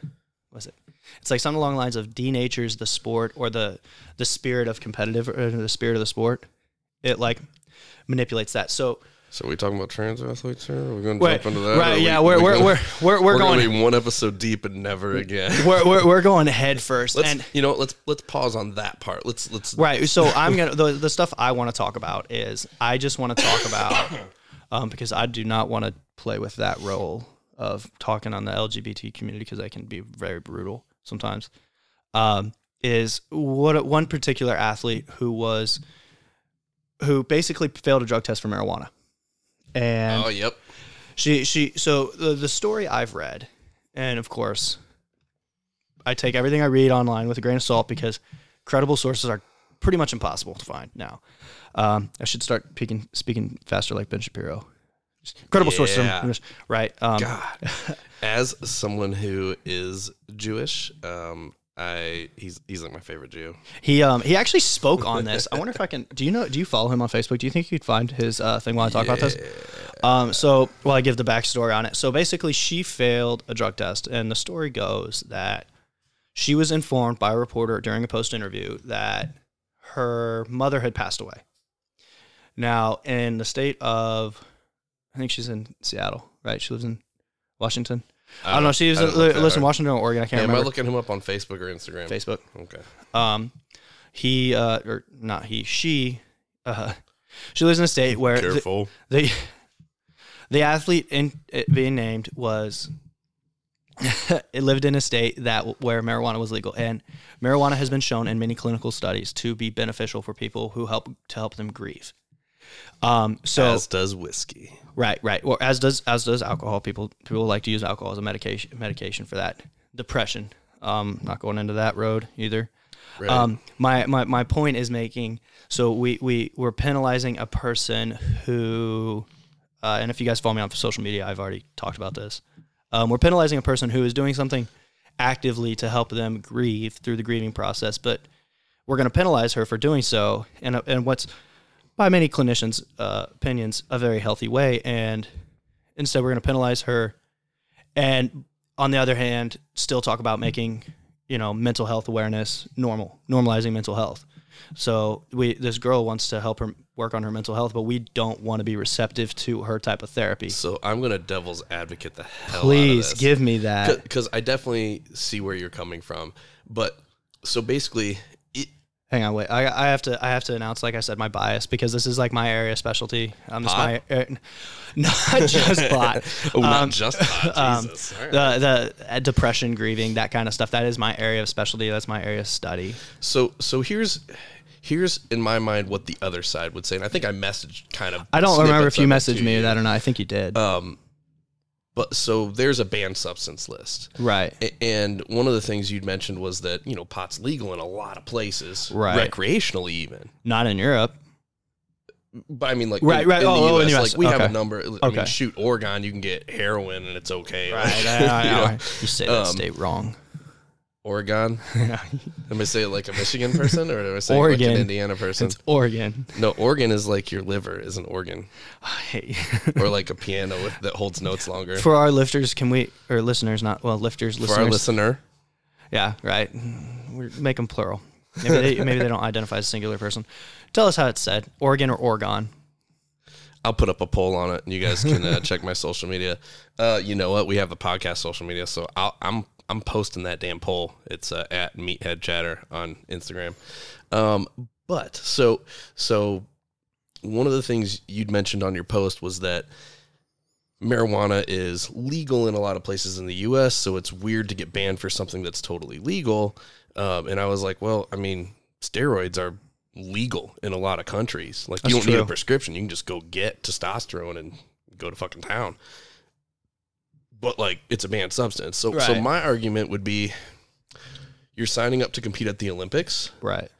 S2: what's it? It's like something along the lines of denatures the sport or the the spirit of competitive or the spirit of the sport. It like manipulates that. So
S1: So are we talking about trans athletes here? Are we going to
S2: Wait,
S1: jump into that?
S2: right,
S1: Or are we-
S2: yeah, we're- we're-
S1: gonna-
S2: we're- we're- we're
S1: gonna
S2: going-
S1: be one episode deep and never again.
S2: we're we're, we're going head 1st
S1: let's,
S2: and
S1: you know, what, let's let's pause on that part. Let's let's
S2: Right. So I'm gonna the, the stuff I want to talk about is I just want to talk about um, because I do not want to play with that role of talking on the LGBT community because they can be very brutal sometimes. Um, is what one particular athlete who was who basically failed a drug test for marijuana, and
S1: Oh, yep.
S2: she she so the, the story I've read, and of course, I take everything I read online with a grain of salt because credible sources are pretty much impossible to find now. Um, I should start speaking speaking faster like Ben Shapiro. Just Credible sources, I'm-
S1: Yeah.
S2: I'm just- right? Um,
S1: God. As someone who is Jewish, um, I he's he's like my favorite Jew.
S2: He um he actually spoke on this. I wonder if I can. Do you know? Do you follow him on Facebook? Do you think you could find his uh, thing while I talk about this? Um. So while I give the backstory on it, so basically she failed a drug test, and the story goes that she was informed by a reporter during a post interview that her mother had passed away. Now in the state of, I think she's in Seattle, right? She lives in Washington. I don't know. She was
S1: I
S2: uh,
S1: didn't look
S2: li-
S1: that
S2: lives in
S1: hard.
S2: Washington or Oregon. I can't
S1: Am I
S2: remember.
S1: looking him up on Facebook or Instagram?
S2: Facebook.
S1: Okay.
S2: Um, he uh, or not he? She uh, she lives in a state where the-
S1: Careful.
S2: the the athlete in it being named was it lived in a state that where marijuana was legal and marijuana has been shown in many clinical studies to be beneficial for people who help to help them grieve um so
S1: As does whiskey.
S2: right right or as does as does alcohol people people like to use alcohol as a medication medication for that depression um not going into that road either
S1: Right.
S2: um, my, my my point is making so we we we're penalizing a person who, uh, and if you guys follow me on social media, I've already talked about this. Um, we're penalizing a person who is doing something actively to help them grieve through the grieving process, but we're going to penalize her for doing so, and uh, and what's by many clinicians' uh, opinions a very healthy way, and instead we're going to penalize her, and on the other hand, still talk about making you know mental health awareness normal normalizing mental health so we this girl wants to help her work on her mental health but we don't want to be receptive to her type of therapy
S1: so I'm gonna devil's advocate the hell.
S2: please give me that
S1: Because I definitely see where you're coming from, but so basically, it,
S2: hang on wait I, I have to i have to announce like i said my bias because this is like my area specialty um this
S1: Pot?
S2: my uh, not just pot
S1: oh, not
S2: Um,
S1: just pot,
S2: um,
S1: Jesus. All right.
S2: the the uh, depression grieving that kind of stuff that is my area of specialty that's my area of study
S1: So so here's here's in my mind what the other side would say, and I think I messaged kind of.
S2: i don't remember
S1: snippets
S2: if you
S1: of it
S2: messaged
S1: to
S2: me
S1: you.
S2: that or not i think you did
S1: Um, but so there's a banned substance list.
S2: right
S1: A- And one of the things you'd mentioned was that you know pot's legal in a lot of places,
S2: Right.
S1: Recreationally, even.
S2: not in europe
S1: But I mean, like
S2: Right,
S1: in,
S2: right.
S1: in
S2: Oh,
S1: the
S2: oh, in
S1: US,
S2: US.
S1: like we have
S2: Okay.
S1: a number. I
S2: Okay.
S1: mean, shoot, Oregon, you can get heroin and it's okay. Like,
S2: Right,
S1: you
S2: I, I,
S1: know,
S2: I, you say that
S1: Um,
S2: state wrong.
S1: Oregon. Am I say it like a Michigan person or am I say it like
S2: Oregon.
S1: an Indiana person?
S2: It's Oregon.
S1: no, organ is like your liver is an organ,
S2: I hate you.
S1: or like a piano with, that holds notes longer.
S2: For our lifters, can we or listeners? Not well, lifters, listeners.
S1: for our listener.
S2: yeah, right. We're, make them plural. Maybe they, maybe they don't identify as a singular person. Tell us how it's said. Oregon or Oregon.
S1: I'll put up a poll on it, and you guys can uh, check my social media. Uh, you know what? We have the podcast social media, so I'll, I'm I'm posting that damn poll. It's uh, at Meathead Chatter on Instagram. Um, but so so one of the things you'd mentioned on your post was that marijuana is legal in a lot of places in the U.S., so it's weird to get banned for something that's totally legal. Um, and I was like, well, I mean, steroids are legal in a lot of countries. Like, you don't
S2: That's
S1: need a
S2: true.
S1: prescription; you can just go get testosterone and go to fucking town. But like, it's a banned substance. So, so
S2: Right.
S1: my argument would be, you're signing up to compete at the Olympics.
S2: Right.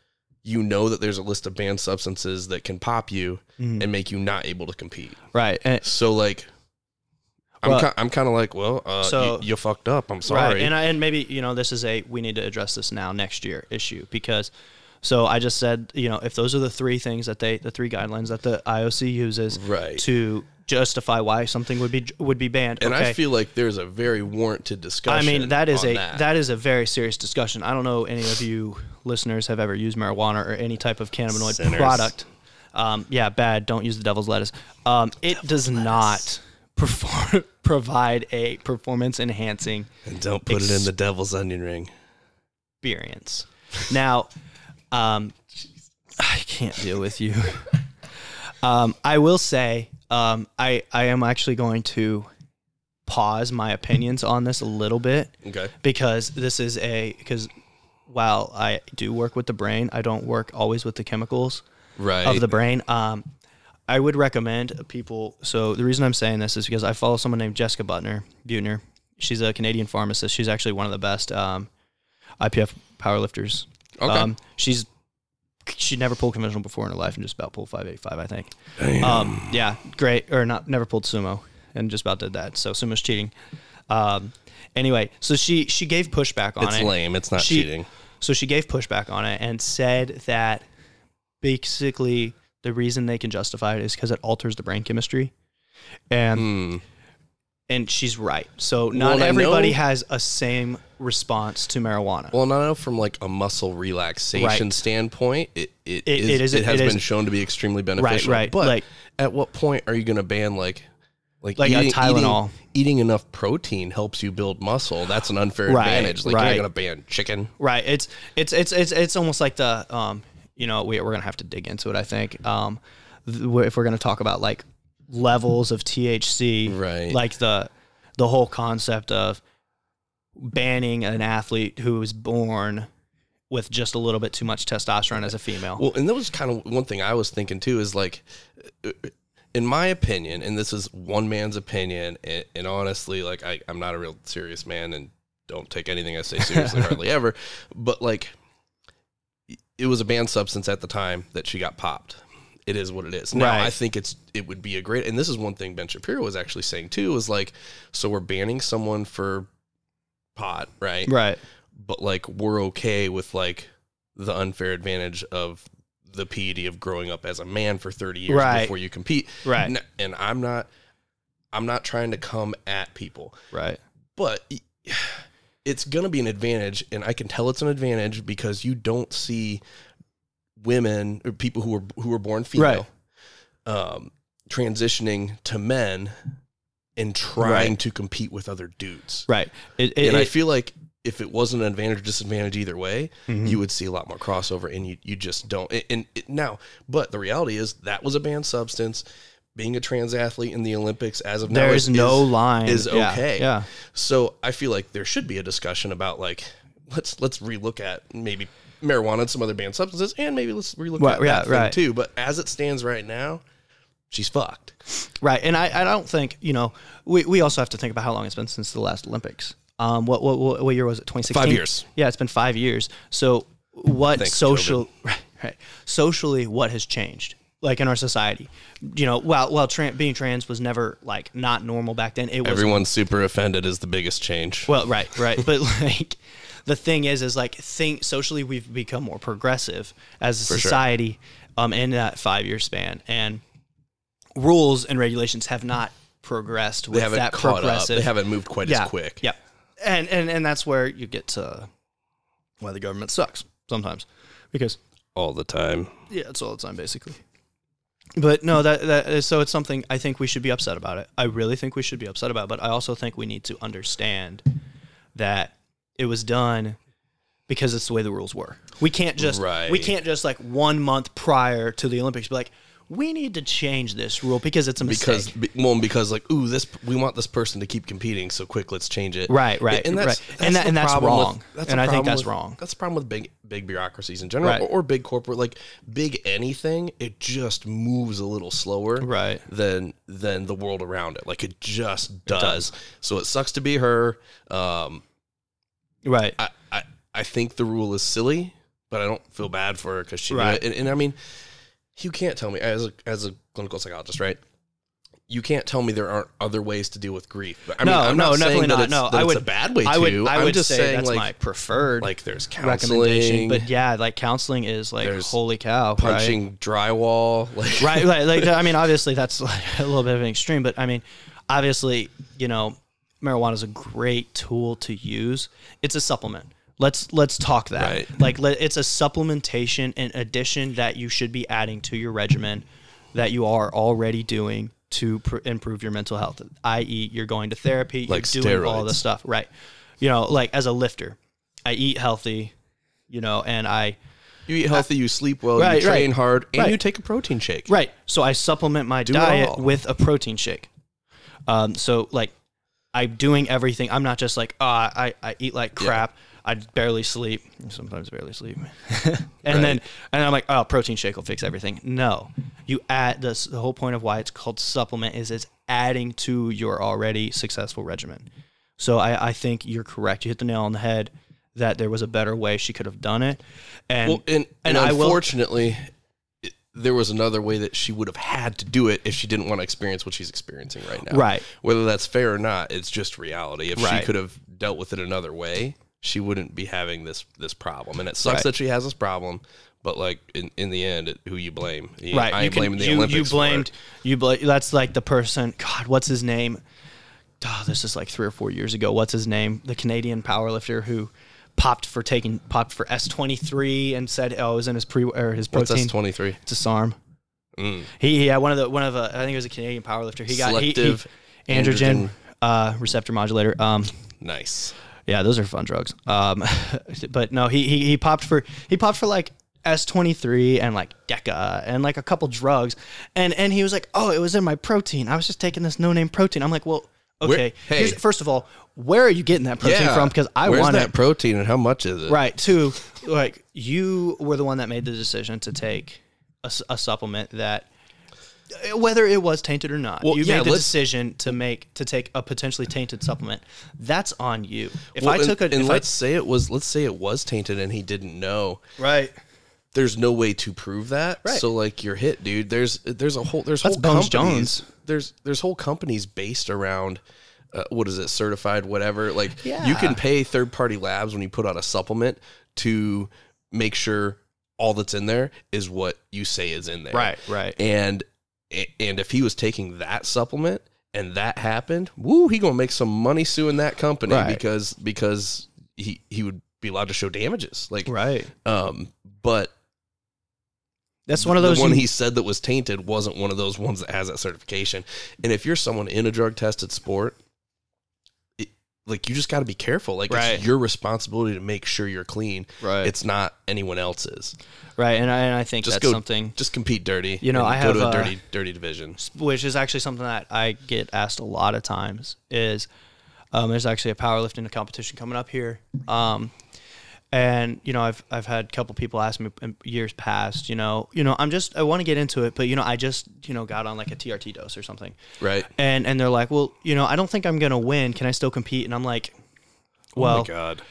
S1: You know that there's a list of banned substances that can pop you
S2: Mhm.
S1: and make you not able to compete.
S2: Right. And,
S1: So like, I'm
S2: Well-
S1: ki- I'm kind of like, well, uh,
S2: So-
S1: you, you fucked up. I'm
S2: right.
S1: sorry.
S2: And I, and maybe you know this is a we need to address this now next year issue because. So I just said, you know, if those are the three things that they, the three guidelines that the IOC uses
S1: Right.
S2: to justify why something would be would be banned,
S1: And
S2: okay.
S1: I feel like there's a very warranted
S2: I
S1: discussion.
S2: mean, that is
S1: on
S2: a
S1: that.
S2: that is a very serious discussion. I don't know any of you listeners have ever used marijuana or any type of cannabinoid
S1: Sinners.
S2: product. Um, yeah, bad. Don't use the devil's lettuce. Um, it does not perform, provide a performance enhancing
S1: and don't put it in the devil's onion ring.
S2: experience. Now, um, I can't deal with you. Um, I will say, um, I I am actually going to pause my opinions on this a little bit
S1: Okay.
S2: because this is a because while I do work with the brain, I don't work always with the chemicals
S1: Right.
S2: of the brain. Um, I would recommend people. So the reason I'm saying this is because I follow someone named Jessica Butner Butner. She's a Canadian pharmacist. She's actually one of the best um, IPF powerlifters.
S1: Okay.
S2: Um, she's she never pulled conventional before in her life and just about pulled 585, I think.
S1: Damn.
S2: Um, yeah, great. Or not, never pulled sumo and just about did that. So sumo's cheating. Um, anyway, so she she gave pushback on
S1: it's
S2: it.
S1: lame. It's not
S2: She-
S1: cheating.
S2: So she gave pushback on it and said that basically the reason they can justify it is because it alters the brain chemistry, and
S1: Hmm.
S2: and she's right. So
S1: Well,
S2: not
S1: and I
S2: everybody
S1: know-
S2: has a same response to marijuana.
S1: Well, and I know from like a muscle relaxation
S2: Right.
S1: standpoint, it it,
S2: It-
S1: is,
S2: it
S1: it,
S2: is-
S1: has
S2: it is-
S1: been shown to be extremely beneficial.
S2: right,
S1: But
S2: like-
S1: at what point are you going to ban like
S2: Like a
S1: eating,
S2: Tylenol.
S1: Eating, eating enough protein helps you build muscle. That's an unfair
S2: Right,
S1: advantage. Like
S2: right.
S1: you're not gonna ban chicken.
S2: Right. It's it's it's it's it's almost like the um you know we we're gonna have to dig into it. I think um th- wh- if we're gonna talk about like levels of THC,
S1: Right.
S2: Like the the whole concept of banning an athlete who was born with just a little bit too much testosterone as a female.
S1: Well, and that was kind of one thing I was thinking too is like, in my opinion, and this is one man's opinion, and, and honestly, like I, I'm not a real serious man, and don't take anything I say seriously hardly ever, but like, it was a banned substance at the time that she got popped. It is what it is. Now
S2: Right.
S1: I think it's it would be a great, and this is one thing Ben Shapiro was actually saying too is like, so we're banning someone for pot, right?
S2: right.
S1: but like we're okay with like the unfair advantage of the PED of growing up as a man for 30 years
S2: Right.
S1: before you compete.
S2: Right.
S1: N- And I'm not I'm not trying to come at people,
S2: Right.
S1: but y- it's going to be an advantage and I can tell it's an advantage because you don't see women or people who are who are born female um transitioning to men and trying to compete with other dudes
S2: Right. It, it,
S1: and I
S2: it-
S1: feel like if it wasn't an advantage or disadvantage either way,
S2: Mhm.
S1: you would see a lot more crossover, and you you just don't. And, and it, now, but the reality is that was a banned substance. Being a trans athlete in the Olympics as of now
S2: there is no line
S1: is
S2: Yeah,
S1: okay.
S2: Yeah.
S1: So I feel like there should be a discussion about like let's let's relook at maybe marijuana and some other banned substances, and maybe let's relook
S2: Right,
S1: at
S2: yeah,
S1: that thing
S2: right.
S1: too. But as it stands right now, she's fucked.
S2: Right, and I, I don't think you know. We, we also have to think about how long it's been since the last Olympics. Um, what what what, what year was it? Twenty sixteen.
S1: Five years.
S2: Yeah, it's been five years. So what
S1: Thanks,
S2: social right, right socially what has changed? Like in our society, you know, while while tran being trans was never like not normal back then. It was
S1: Everyone's super offended is the biggest change.
S2: well, right, right. but like the thing is, is like think socially we've become more progressive as a
S1: sure.
S2: society um, in that five year span, and rules and regulations have not progressed with
S1: they haven't
S2: that
S1: caught up.
S2: progressive.
S1: They haven't moved quite
S2: yeah,
S1: as quick.
S2: Yeah, and and and that's where you get to why the government sucks sometimes because
S1: all the time.
S2: yeah, it's all the time basically. But no, that that is, so it's something I think we should be upset about it. I really think we should be upset about. It, but I also think we need to understand that it was done because it's the way the rules were. We can't just we
S1: Right.
S2: can't just like one month prior to the Olympics be like we need to change this rule because it's a mistake.
S1: because be- well, and because like ooh, this we want this person to keep competing, so quick, let's change it.
S2: Right, right,
S1: and that's,
S2: right.
S1: that's
S2: And that-
S1: the
S2: and that's
S1: problem with-
S2: wrong.
S1: that's
S2: And
S1: the
S2: I think
S1: problem
S2: that's
S1: with-
S2: wrong.
S1: That's the problem with big big bureaucracies in general,
S2: Right.
S1: or, or big corporate like big anything. It just moves a little slower,
S2: Right.
S1: Than than the world around it. Like it just does.
S2: does.
S1: So it sucks to be her. Um,
S2: right,
S1: I, I I think the rule is silly, but I don't feel bad for her because she knew
S2: Right.
S1: it. And, and I mean, you can't tell me as a, as a clinical psychologist, right? You can't tell me there aren't other ways to deal with grief. But I mean,
S2: No,
S1: I'm
S2: no,
S1: not
S2: definitely
S1: saying that
S2: not.
S1: it's,
S2: No,
S1: that
S2: I
S1: it's
S2: would-
S1: a bad way
S2: I would
S1: to.
S2: I
S1: I'm
S2: would
S1: just
S2: say
S1: saying
S2: that's
S1: like
S2: my preferred
S1: like there's counseling,
S2: recommendation. But yeah, like counseling is like
S1: There's
S2: holy cow, right?
S1: punching drywall, like
S2: right like, like i mean obviously that's like a little bit of an extreme but i mean obviously you know marijuana is a great tool to use it's a supplement let's let's talk that
S1: Right.
S2: like let, it's a supplementation and addition that you should be adding to your regimen that you are already doing to pr- improve your mental health i.e you're going to therapy
S1: Like
S2: you're doing all
S1: steroids.
S2: this stuff right you know like as a lifter i eat healthy you know and i
S1: you eat healthy, you sleep well,
S2: Right,
S1: you train
S2: right.
S1: hard, and
S2: Right.
S1: you take a protein shake.
S2: Right. So I supplement my
S1: it
S2: diet
S1: all.
S2: with a protein shake. Um, so like I'm doing everything. I'm not just like, oh, I, I eat like crap. I barely sleep. Sometimes barely sleep. and then and I'm like, oh, protein shake will fix everything. No. You add this the whole point of why it's called supplement is it's adding to your already successful regimen. So I, I think you're correct. You hit the nail on the head that there was a better way she could have done it. And,
S1: Well, and, and,
S2: and I will
S1: unfortunately, it- there was another way that she would have had to do it if she didn't want to experience what she's experiencing right now.
S2: Right.
S1: Whether that's fair or not, it's just reality. If
S2: Right.
S1: she could have dealt with it another way, she wouldn't be having this this problem. And it sucks
S2: Right.
S1: that she has this problem, but like in, in the end, it, who you blame? You-
S2: Right.
S1: I
S2: you
S1: ain't
S2: can-
S1: blaming the
S2: you,
S1: Olympics.
S2: You
S1: for
S2: blamed.
S1: it.
S2: You bla- That's like the person. God, what's his name? Oh, this is like three or four years ago. What's his name? The Canadian powerlifter who popped for taking popped for S twenty three and said, "Oh, it was in his pre or his
S1: What's Mm.
S2: protein."
S1: twenty three?
S2: uh, It's a SARM. He, he had one of the one of a, I think it was a Canadian powerlifter. He got he- he,
S1: Selective
S2: androgen, uh, receptor modulator. Um,
S1: Nice.
S2: yeah, those are fun drugs. Um, but no, he, he he popped for he popped for like S twenty three and like Deca and like a couple drugs, and and he was like, oh, it was in my protein. I was just taking this no name protein. I'm like, well, okay.
S1: hey.
S2: here's- first of all, where are you getting that protein from? Because I
S1: Where's
S2: want
S1: that
S2: it.
S1: protein and how much is it?
S2: Right. Two, like you were the one that made the decision to take a, s- a supplement that, whether it was tainted or not,
S1: Well,
S2: you
S1: yeah,
S2: made the
S1: let's-
S2: decision to make to take a potentially tainted supplement. That's on you. If
S1: Well,
S2: I
S1: and-
S2: took
S1: and,
S2: a, if I-
S1: let's say it was let's say it was tainted and he didn't know.
S2: right,
S1: There's no way to prove that.
S2: Right.
S1: So like you're hit, dude. There's there's a whole there's
S2: That's
S1: whole
S2: Bones
S1: companies-
S2: Jones.
S1: There's there's whole companies based around uh, what is it certified whatever. Like you
S2: Yeah.
S1: can pay third party labs when you put out a supplement to make sure all that's in there is what you say is in there.
S2: right, right.
S1: and and if he was taking that supplement and that happened, woo, he gonna make some money suing that company
S2: Right.
S1: because because he he would be allowed to show damages. Like
S2: Right.
S1: um, but
S2: That's one of those.
S1: the one
S2: you-
S1: he said that was tainted wasn't one of those ones that has that certification. And if you're someone in a drug tested sport, it, like you just got to be careful. Like
S2: Right.
S1: it's your responsibility to make sure you're clean.
S2: Right.
S1: It's not anyone else's.
S2: right, and I, and I think
S1: Just
S2: that's
S1: go-
S2: something
S1: Just compete dirty.
S2: You know,
S1: and
S2: I
S1: go
S2: have,
S1: to a
S2: uh,
S1: dirty dirty division.
S2: which is actually something that I get asked a lot of times is um, there's actually a powerlifting competition coming up here. Um, and you know, I've I've had a couple people ask me in years past, you know, you know, I'm just I want to get into it, but you know, I just, you know, got on like a TRT dose or something.
S1: Right.
S2: And and they're like, "Well, you know, I don't think I'm going to win. Can I still compete?" And I'm like,
S1: oh
S2: well,
S1: my god.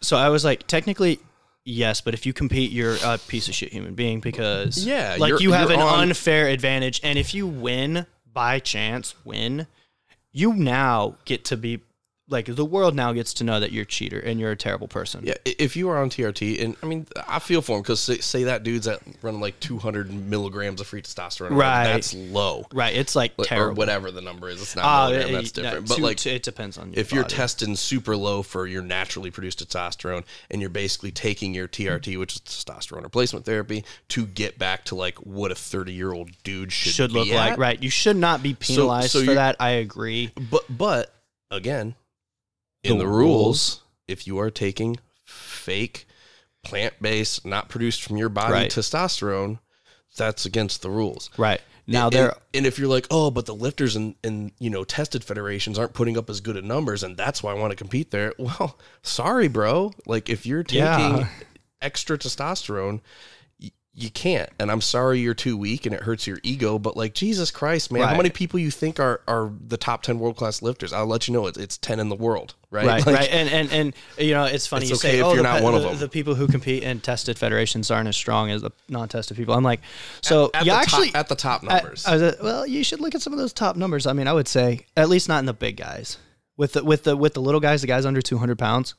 S2: so I was like, technically, yes, but if you compete, you're a piece of shit human being because
S1: Yeah,
S2: like
S1: you're-
S2: you have
S1: you're
S2: an
S1: on-
S2: unfair advantage, and if you win by chance, win, you now get to be like the world now gets to know that you're a cheater and you're a terrible person.
S1: Yeah, i- if you are on TRT, and I mean, I feel for him because say, say that dude's at running like 200 milligrams of free testosterone,
S2: Right.
S1: That's low,
S2: Right? It's like
S1: Like, or
S2: terrible.
S1: whatever the number is. It's not
S2: Ah,
S1: milligram,
S2: it-
S1: that's
S2: it-
S1: different.
S2: no,
S1: but
S2: to-
S1: like,
S2: to- it depends on your
S1: if you're
S2: body.
S1: testing super low for your naturally produced testosterone, and you're basically taking your TRT, which is testosterone replacement therapy, to get back to like what a 30 year old dude should,
S2: should look
S1: be
S2: like
S1: at.
S2: right. You should not be penalized
S1: so
S2: for
S1: you're-
S2: that. I agree.
S1: But but again, in
S2: The
S1: the rules, if you are taking fake plant based, not produced from your body
S2: Right.
S1: testosterone, that's against the rules.
S2: Right now,
S1: And-
S2: there
S1: and if you're like, oh, but the lifters and and you know tested federations aren't putting up as good at numbers, and that's why I want to compete there. Well, sorry, bro. Like if you're taking
S2: Yeah.
S1: extra testosterone, y- you can't. And I'm sorry you're too weak, and it hurts your ego. But like Jesus Christ, man, how
S2: Right.
S1: many people you think are are the top ten world class lifters? I'll let you know it's it's ten in the world, right?
S2: right,
S1: Like,
S2: right, and and and you know, it's funny
S1: It's
S2: you
S1: okay
S2: say,
S1: if
S2: oh,
S1: you're
S2: the,
S1: not
S2: pe-
S1: one of
S2: the,
S1: them.
S2: the people who compete in tested federations aren't as strong as the non-tested people. I'm like, so
S1: At
S2: you
S1: the
S2: actually, uh,
S1: top, at the top
S2: I-
S1: numbers.
S2: I was like, well, you should look at some of those top numbers. I mean, I would say at least not in the big guys. With the with the with the little guys, the guys under 200 pounds,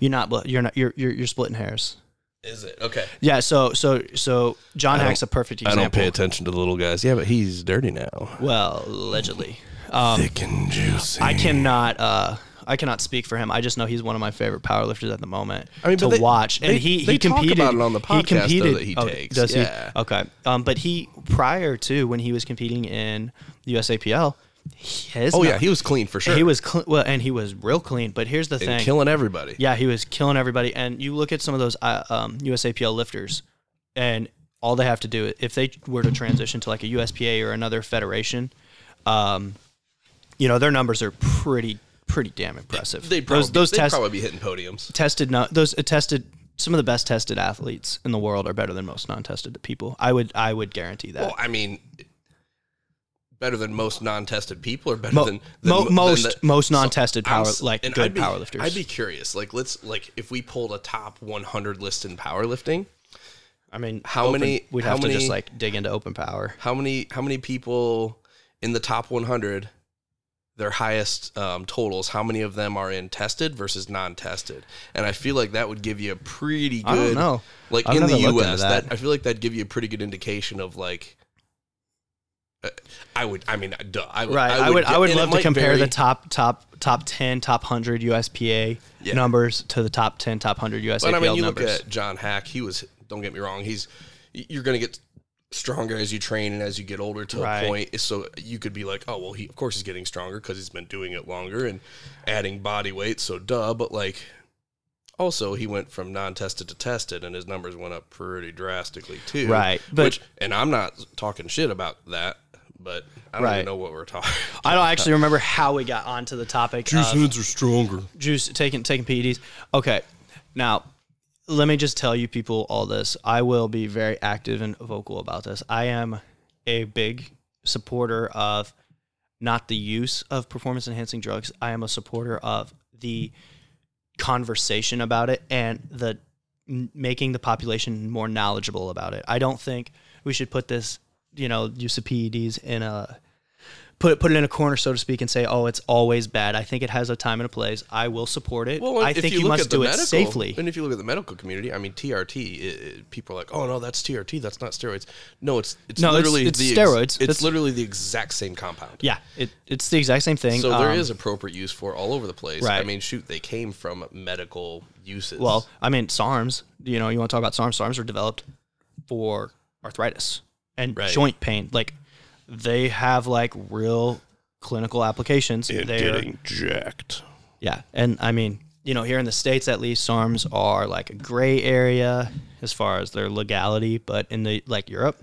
S2: you're not bl- you're not you're you're, you're splitting hairs.
S1: is it okay?
S2: Yeah, so so so John Hack's a perfect
S1: I
S2: example.
S1: don't pay attention to the little guys. Yeah, but he's dirty now,
S2: Well, allegedly. Um,
S1: thick and juicy.
S2: I cannot. Uh, I cannot speak for him. I just know he's one of my favorite powerlifters at the moment
S1: I mean,
S2: to
S1: but they-
S2: watch, and
S1: they-
S2: he
S1: they
S2: he
S1: talk
S2: competed
S1: about it on the podcast, though,
S2: He competed Oh,
S1: that he takes.
S2: does
S1: Yeah.
S2: he? Okay. Um, but he prior to when he was competing in the USAPL, his
S1: oh yeah, he was clean for sure.
S2: he was cl- well, and he was real clean. But here's the
S1: and
S2: thing:
S1: killing everybody.
S2: yeah, he was killing everybody. And you look at some of those uh, um, USAPL lifters, and all they have to do if they were to transition to like a USPA or another federation, um, you know, their numbers are pretty pretty damn impressive.
S1: They'd probably,
S2: those those
S1: they'd
S2: test,
S1: probably be hitting podiums.
S2: tested no, those uh, tested some of the best tested athletes in the world are better than most non-tested people. I would I would guarantee that.
S1: Well, I mean, better than most non-tested people, or better
S2: Mo-
S1: than, than
S2: mo-
S1: than
S2: most
S1: the-
S2: most non-tested
S1: I'm
S2: power
S1: s-
S2: like
S1: and
S2: good
S1: I'd be,
S2: powerlifters.
S1: I'd be curious. Like, let's like if we pulled a top 100 list in powerlifting,
S2: I mean,
S1: how
S2: open-
S1: many-
S2: We'd
S1: how
S2: have to
S1: many-
S2: just like dig into open power.
S1: how many how many people in the top 100? Their highest um, totals. How many of them are in tested versus non-tested? And I feel like that would give you a pretty good.
S2: I don't know.
S1: like
S2: I've
S1: in the
S2: never looked into
S1: U.S. That.
S2: that.
S1: I feel like that'd give you a pretty good indication of like. uh, I would. I mean, duh. I would,
S2: Right. I would.
S1: get-
S2: I would,
S1: and it
S2: love to
S1: might
S2: compare
S1: vary.
S2: the top, top, top ten, top hundred USPA
S1: Yeah.
S2: numbers to the top ten, top hundred USAPL
S1: But I mean, you
S2: numbers.
S1: look at John Hack. He was. Don't get me wrong. He's. You're going to get stronger as you train and as you get older to
S2: Right.
S1: a point. So you could be like, oh well, he of course he's getting stronger because he's been doing it longer and adding body weight. So duh. But like, also he went from non-tested to tested, and his numbers went up pretty drastically too.
S2: Right, but-
S1: which and I'm not talking shit about that, but I don't
S2: Right.
S1: even know what we're talking.
S2: I don't actually remember how we got onto the topic. Juice
S1: hands are stronger.
S2: juice taking taking PEDs. Okay, now let me just tell you people all this. I will be very active and vocal about this. I am a big supporter of not the use of performance enhancing drugs. I am a supporter of the conversation about it and the n- making the population more knowledgeable about it. I don't think we should put this, you know, use of PEDs in a put it put it in a corner, so to speak, and say, "Oh, it's always bad." I think it has a time and a place. I will support it.
S1: Well,
S2: I
S1: if
S2: think
S1: you,
S2: you,
S1: look
S2: must
S1: at the
S2: do it
S1: medical,
S2: safely.
S1: And if you look at the medical community, I mean, TRT, i- i- people are like, "Oh no, that's TRT. That's not steroids." No, it's it's
S2: No, it's-
S1: literally
S2: it's
S1: the ex-
S2: steroids.
S1: it's
S2: That's-
S1: literally the exact same compound.
S2: Yeah, it, it's the exact same thing.
S1: So there
S2: Um,
S1: is appropriate use for all over the place. I
S2: Right.
S1: mean, shoot, they came from medical uses.
S2: Well, I mean, SARMs, you know, you want to talk about SARMs? SARMs are developed for arthritis and
S1: Right.
S2: joint pain. Like, they have like real clinical applications. They're-
S1: jacked.
S2: yeah. And I mean, you know, here in the States, at least, SARMs are like a gray area as far as their legality. But in the like Europe,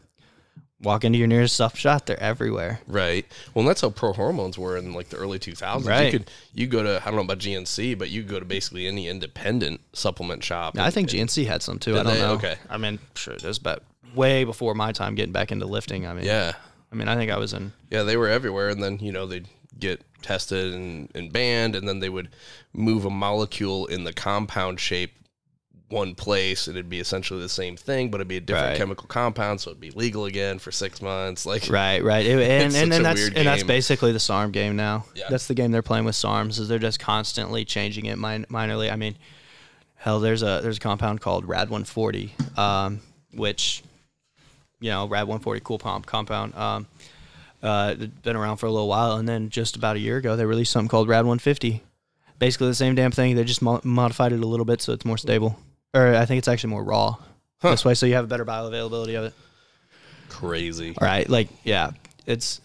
S2: walk into your nearest stuff shop, they're everywhere.
S1: Right. Well, and that's how pro hormones were in like the early 2000s. You
S2: Right.
S1: could you go to I don't know about GNC, but you could go to basically any independent supplement shop.
S2: I think GNC had some too. I don't
S1: they?
S2: know.
S1: Okay.
S2: I mean, sure, it was about way before my time getting back into lifting. I mean,
S1: yeah.
S2: I mean, I think I was in
S1: Yeah, they were everywhere, and then you know they'd get tested and, and banned, and then they would move a molecule in the compound shape one place, and it'd be essentially the same thing, but it'd be a different
S2: Right.
S1: chemical compound, so it'd be legal again for six months. Like,
S2: Right, right, It- and
S1: It's
S2: and,
S1: such a
S2: and that's
S1: weird
S2: and that's
S1: game.
S2: basically the SARM game now.
S1: Yeah.
S2: That's the game they're playing with SARMs is they're just constantly changing it min- minorly. I mean, hell, there's a there's a compound called Rad 140, um, which you know Rad 140 cool pump compound. Um, uh, it's been around for a little while, and then just about a year ago they released something called Rad 150. Basically the same damn thing. They just mo- modified it a little bit so it's more stable, or I think it's actually more raw this way, so you have a better bioavailability of it.
S1: crazy.
S2: All right, like yeah, it's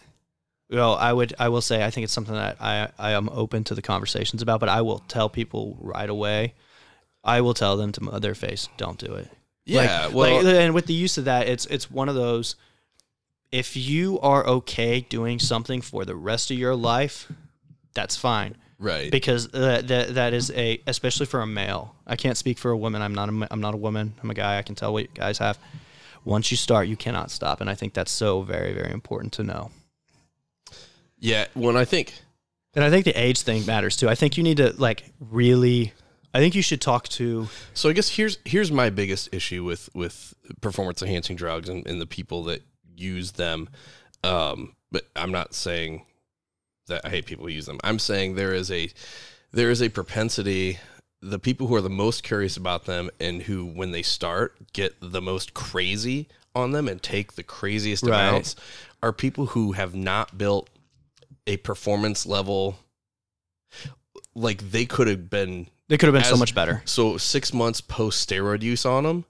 S2: well, I would I will say I think it's something that I I am open to the conversations about, but I will tell people right away. I will tell them to their face, don't do it.
S1: Yeah,
S2: like,
S1: well,
S2: like- and with the use of that, it's it's one of those. If you are okay doing something for the rest of your life, that's fine
S1: right.
S2: because that that, that is a especially for a male. I can't speak for a woman. I'm not a, ma- I'm not a woman. I'm a guy. I can tell what you guys have. Once you start, you cannot stop, and I think that's so very very important to know.
S1: yeah, when I think
S2: And I think the age thing matters too. I think you need to like really. I think you should talk to
S1: So I guess here's here's my biggest issue with with performance enhancing drugs and, and the people that use them. Um, but I'm not saying that I hate people who use them. I'm saying there is a there is a propensity. The people who are the most curious about them and who, when they start, get the most crazy on them and take the craziest
S2: Right.
S1: amounts are people who have not built a performance level. Like they could have been
S2: they could have been so
S1: As-
S2: much better.
S1: so six months post steroid use on them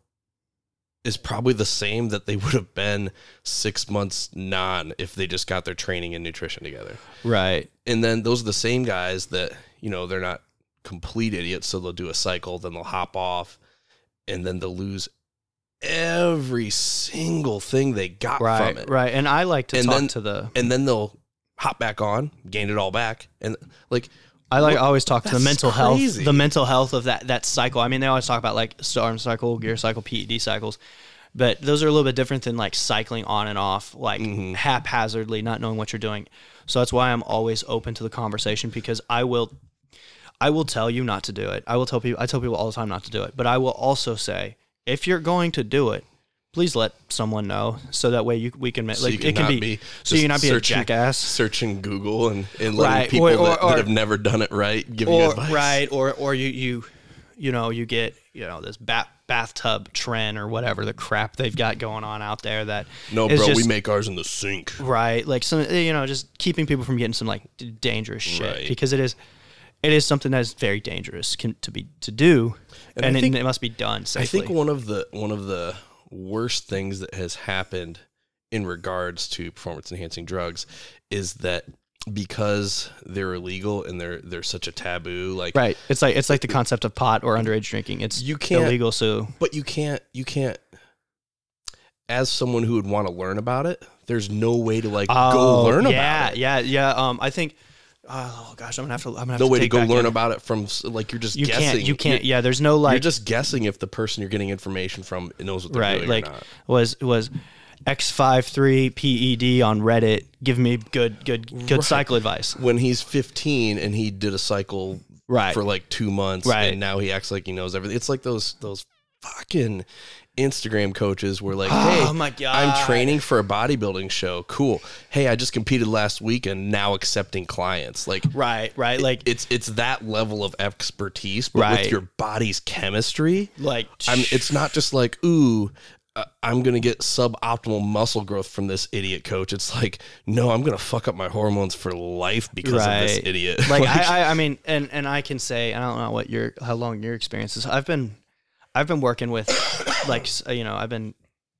S1: is probably the same that they would have been six months non if they just got their training and nutrition together.
S2: Right.
S1: And then those are the same guys that you know they're not complete idiots, so they'll do a cycle, then they'll hop off, and then they'll lose every single thing they got
S2: Right.
S1: from it,
S2: Right. And I like to
S1: And
S2: talk
S1: then-
S2: to the.
S1: and then they'll hop back on, gain it all back, and like
S2: I like always talk to the
S1: That's
S2: mental
S1: crazy.
S2: health, the mental health of that that cycle. I mean, they always talk about like storm cycle, gear cycle, PED cycles, but those are a little bit different than like cycling on and off, like
S1: Mm-hmm.
S2: haphazardly, not knowing what you're doing. So that's why I'm always open to the conversation because I will, I will tell you not to do it. I will tell people, I tell people all the time not to do it, but I will also say if you're going to do it. Please let someone know so that way you we can make
S1: So
S2: like
S1: you
S2: it can
S1: cannot
S2: be, so you
S1: just
S2: can not be a
S1: searching-
S2: jackass.
S1: Searching Google and, and letting
S2: Right,
S1: people
S2: or-
S1: that,
S2: or-
S1: that
S2: or-
S1: have never done it right give you
S2: or
S1: advice.
S2: right or or you you you know you get you know this bat, bathtub trend or whatever the crap they've got going on out there that
S1: No,
S2: is
S1: bro, we
S2: just-
S1: make ours in the sink.
S2: right like some you know just keeping people from getting some like d- dangerous shit
S1: Right.
S2: because it is it is something that is very dangerous can, to be to do and,
S1: I
S2: it,
S1: think-
S2: it must be done safely
S1: I think one of the one of the worst things that has happened in regards to performance enhancing drugs is that because they're illegal and they're they're such a taboo like
S2: Right. It's like it's like the concept of pot or underage drinking. It's
S1: You can't-
S2: illegal, so
S1: but you can't you can't as someone who would want to learn about it there's no way to like go
S2: Oh,
S1: learn
S2: yeah,
S1: about it
S2: Yeah, yeah, Um, I think. Oh gosh, I'm gonna have to. I'm gonna have
S1: no
S2: to
S1: way to
S2: take
S1: go
S2: back
S1: learn
S2: in.
S1: about it from s- like you're just
S2: You
S1: guessing
S2: can't. You can't.
S1: you're,
S2: Yeah, there's no
S1: you're
S2: like.
S1: just guessing if the person you're getting information from knows what they're
S2: right.
S1: doing
S2: Like
S1: or not
S2: was was X 53 PED E on Reddit. Give me good good good
S1: Right.
S2: cycle advice.
S1: when he's 15 and he did a cycle
S2: Right.
S1: for like two months
S2: Right.
S1: and now he acts like he knows everything it's like those those fucking instagram coaches were like hey
S2: Oh my God.
S1: i'm training for a bodybuilding show cool hey i just competed last week and now accepting clients like
S2: Right. Right. Like
S1: it's it's that level of expertise but
S2: Right.
S1: with your body's chemistry
S2: like.
S1: I'm, it's not just like ooh uh, I'm gonna get suboptimal muscle growth from this idiot coach. It's like, no, I'm gonna fuck up my hormones for life because of this
S2: Right.
S1: idiot.
S2: like I, I, I mean, and and I can say I don't know what your how long your experience is. I've been, I've been working with, like s- you know, I've been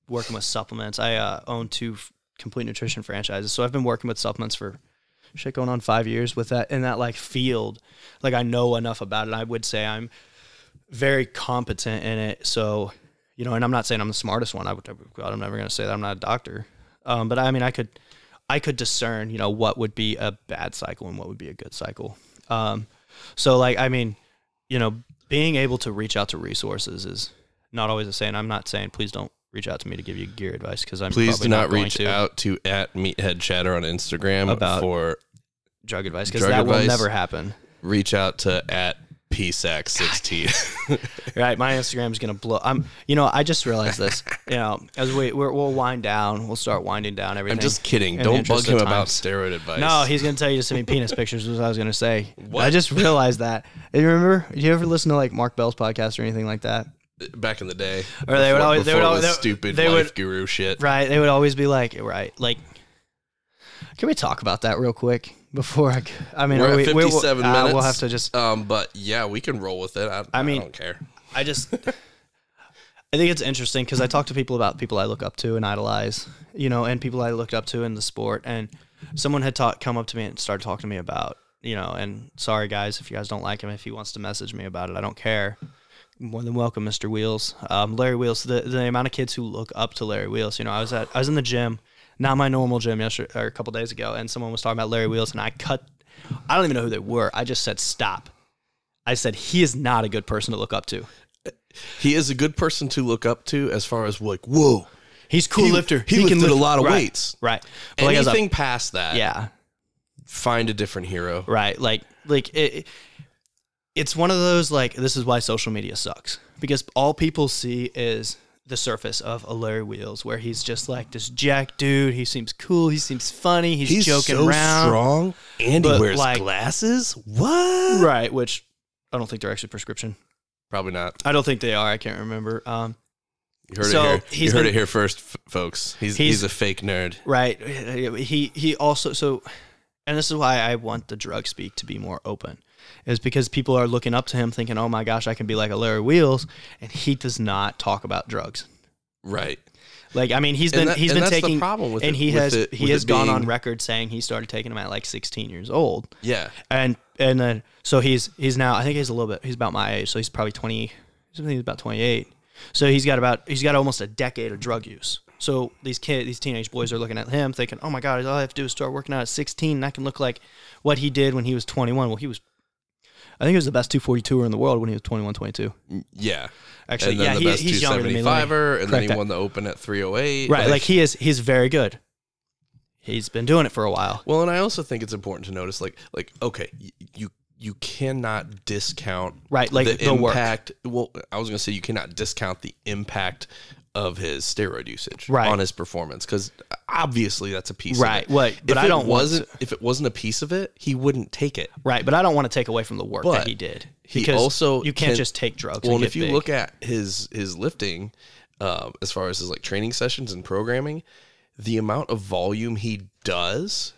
S2: working with supplements. I uh, own two f- complete nutrition franchises, so I've been working with supplements for shit going on five years with that in that like field. Like I know enough about it. I would say I'm very competent in it. So you know, and I'm not saying I'm the smartest one. I would, God, I'm never gonna say that. I'm not a doctor. Um, but I mean, I could, I could discern, you know, what would be a bad cycle and what would be a good cycle. Um, so like, I mean, you know, being able to reach out to resources is not always the same. I'm not saying please don't reach out to me to give you gear advice because I'm
S1: Please
S2: probably
S1: do not,
S2: going
S1: reach
S2: to
S1: out to at Meathead Chatter on Instagram
S2: About-
S1: for
S2: drug advice because
S1: Drug
S2: that will
S1: advice.
S2: never happen.
S1: reach out to at PSAC16.
S2: Right, my Instagram's gonna blow. I'm, you know, I just realized this. You know, as we we're, we'll wind down, we'll start winding down everything.
S1: I'm just kidding.
S2: in the
S1: Don't bug
S2: interest
S1: him
S2: of
S1: about
S2: time.
S1: steroid advice.
S2: No, he's gonna tell you to send me penis pictures. Was what I was gonna say.
S1: What?
S2: I just realized that. You remember? Do you ever listen to like Mark Bell's podcast or anything like that?
S1: back in the day.
S2: Or they would
S1: before-
S2: always- they would
S1: before it
S2: always-
S1: was
S2: they-
S1: stupid
S2: they
S1: life
S2: would-
S1: guru shit.
S2: Right? They would always be like, right, like. Can we talk about that real quick before I? g- I mean,
S1: We're
S2: are
S1: at
S2: we, we-
S1: 57
S2: uh,
S1: minutes.
S2: we'll have to just.
S1: Um, but yeah, we can roll with it. I, I
S2: mean-
S1: don't care.
S2: I just. I think it's interesting because I talk to people about people I look up to and idolize, you know, and people I looked up to in the sport. And someone had talk, come up to me and started talking to me about, you know, and sorry guys if you guys don't like him, if he wants to message me about it, I don't care. More than welcome, Mr. Wheels. Um, Larry Wheels. The, the amount of kids who look up to Larry Wheels. You know, I was at I was in the gym, not my normal gym yesterday or a couple days ago, and someone was talking about Larry Wheels, and I cut. I don't even know who they were. I just said stop. I said he is not a good person to look up to.
S1: He is a good person to look up to as far as like, whoa,
S2: He's cool
S1: He-
S2: lifter.
S1: he lifted a lot of
S2: right,
S1: weights.
S2: Right. But like, as a-
S1: anything past that,
S2: yeah.
S1: find a different hero.
S2: Right. Like like it, it's one of those like this is why social media sucks because all people see is the surface of a Larry Wheels where he's just like this jack dude. He seems cool. He seems funny. He's,
S1: He's
S2: joking
S1: so
S2: around.
S1: strong and he
S2: But,
S1: wears
S2: like-
S1: glasses. What?
S2: Right. Which I don't think they're actually prescription.
S1: Probably not.
S2: I don't think they are. I can't remember. Um,
S1: You heard
S2: So,
S1: it here. You
S2: he's
S1: heard
S2: been-
S1: it here first, f- folks. He's,
S2: He's-
S1: he's a fake nerd.
S2: Right. He he also so and this is why I want the drug speak to be more open. Is because people are looking up to him thinking, "Oh my gosh, I can be like a Larry Wheels," and he does not talk about drugs.
S1: Right.
S2: Like I mean, he's
S1: And
S2: been
S1: that-
S2: he's
S1: and
S2: been
S1: that's the
S2: taking
S1: problem with
S2: and
S1: it-
S2: he
S1: with
S2: has
S1: it-
S2: he
S1: with
S2: has
S1: it
S2: gone
S1: being-
S2: on record saying he started taking them at like 16 years old.
S1: Yeah.
S2: And and then so he's he's now I think he's a little bit he's about my age, so he's probably 20 something he's about 28. So he's got about he's got almost a decade of drug use. So these kid these teenage boys are looking at him thinking, "Oh my god, all I have to do is start working out at 16 and I can look like what he did when he was 21." Well, he was I think he was the best 242er in the world when he was 21, 22.
S1: Yeah.
S2: Actually,
S1: and then
S2: yeah,
S1: the
S2: he-
S1: best
S2: he's younger than me. Let me
S1: 275er, and then
S2: correct
S1: he
S2: that.
S1: won the Open at 308.
S2: Right, like he is he's very good. He's been doing it for a while.
S1: Well, and I also think it's important to notice, like, like okay, y- you you cannot discount
S2: Right, like the work.
S1: impact. Well, I was gonna say you cannot discount the impact of his steroid usage
S2: Right.
S1: on his performance because obviously that's a piece
S2: Right,
S1: of it.
S2: right, but
S1: if
S2: I
S1: it
S2: don't want
S1: wasn't if it wasn't a piece of it, he wouldn't take it.
S2: Right, but I don't want to take away from the work that
S1: But
S2: he did.
S1: he
S2: because
S1: also
S2: you can't
S1: can-
S2: just take drugs.
S1: Well, and
S2: and get
S1: if you
S2: big.
S1: look at his his lifting, um, as far as his like training sessions and programming, the amount of volume he does,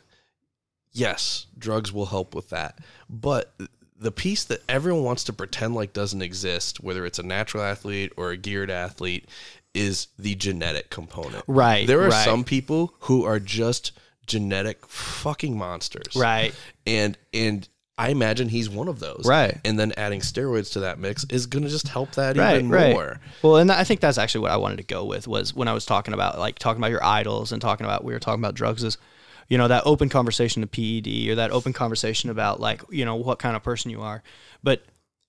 S1: yes, drugs will help with that. But the piece that everyone wants to pretend like doesn't exist, whether it's a natural athlete or a geared athlete, is the genetic component.
S2: Right.
S1: There are
S2: right,
S1: some people who are just genetic fucking monsters.
S2: Right.
S1: And and I imagine he's one of those.
S2: Right.
S1: And then adding steroids to that mix is going to just help that
S2: Right,
S1: even
S2: right.
S1: more.
S2: Well, and I think that's actually what I wanted to go with was when I was talking about like talking about your idols and talking about we were talking about drugs is, you know, that open conversation to PED or that open conversation about like you know what kind of person you are, but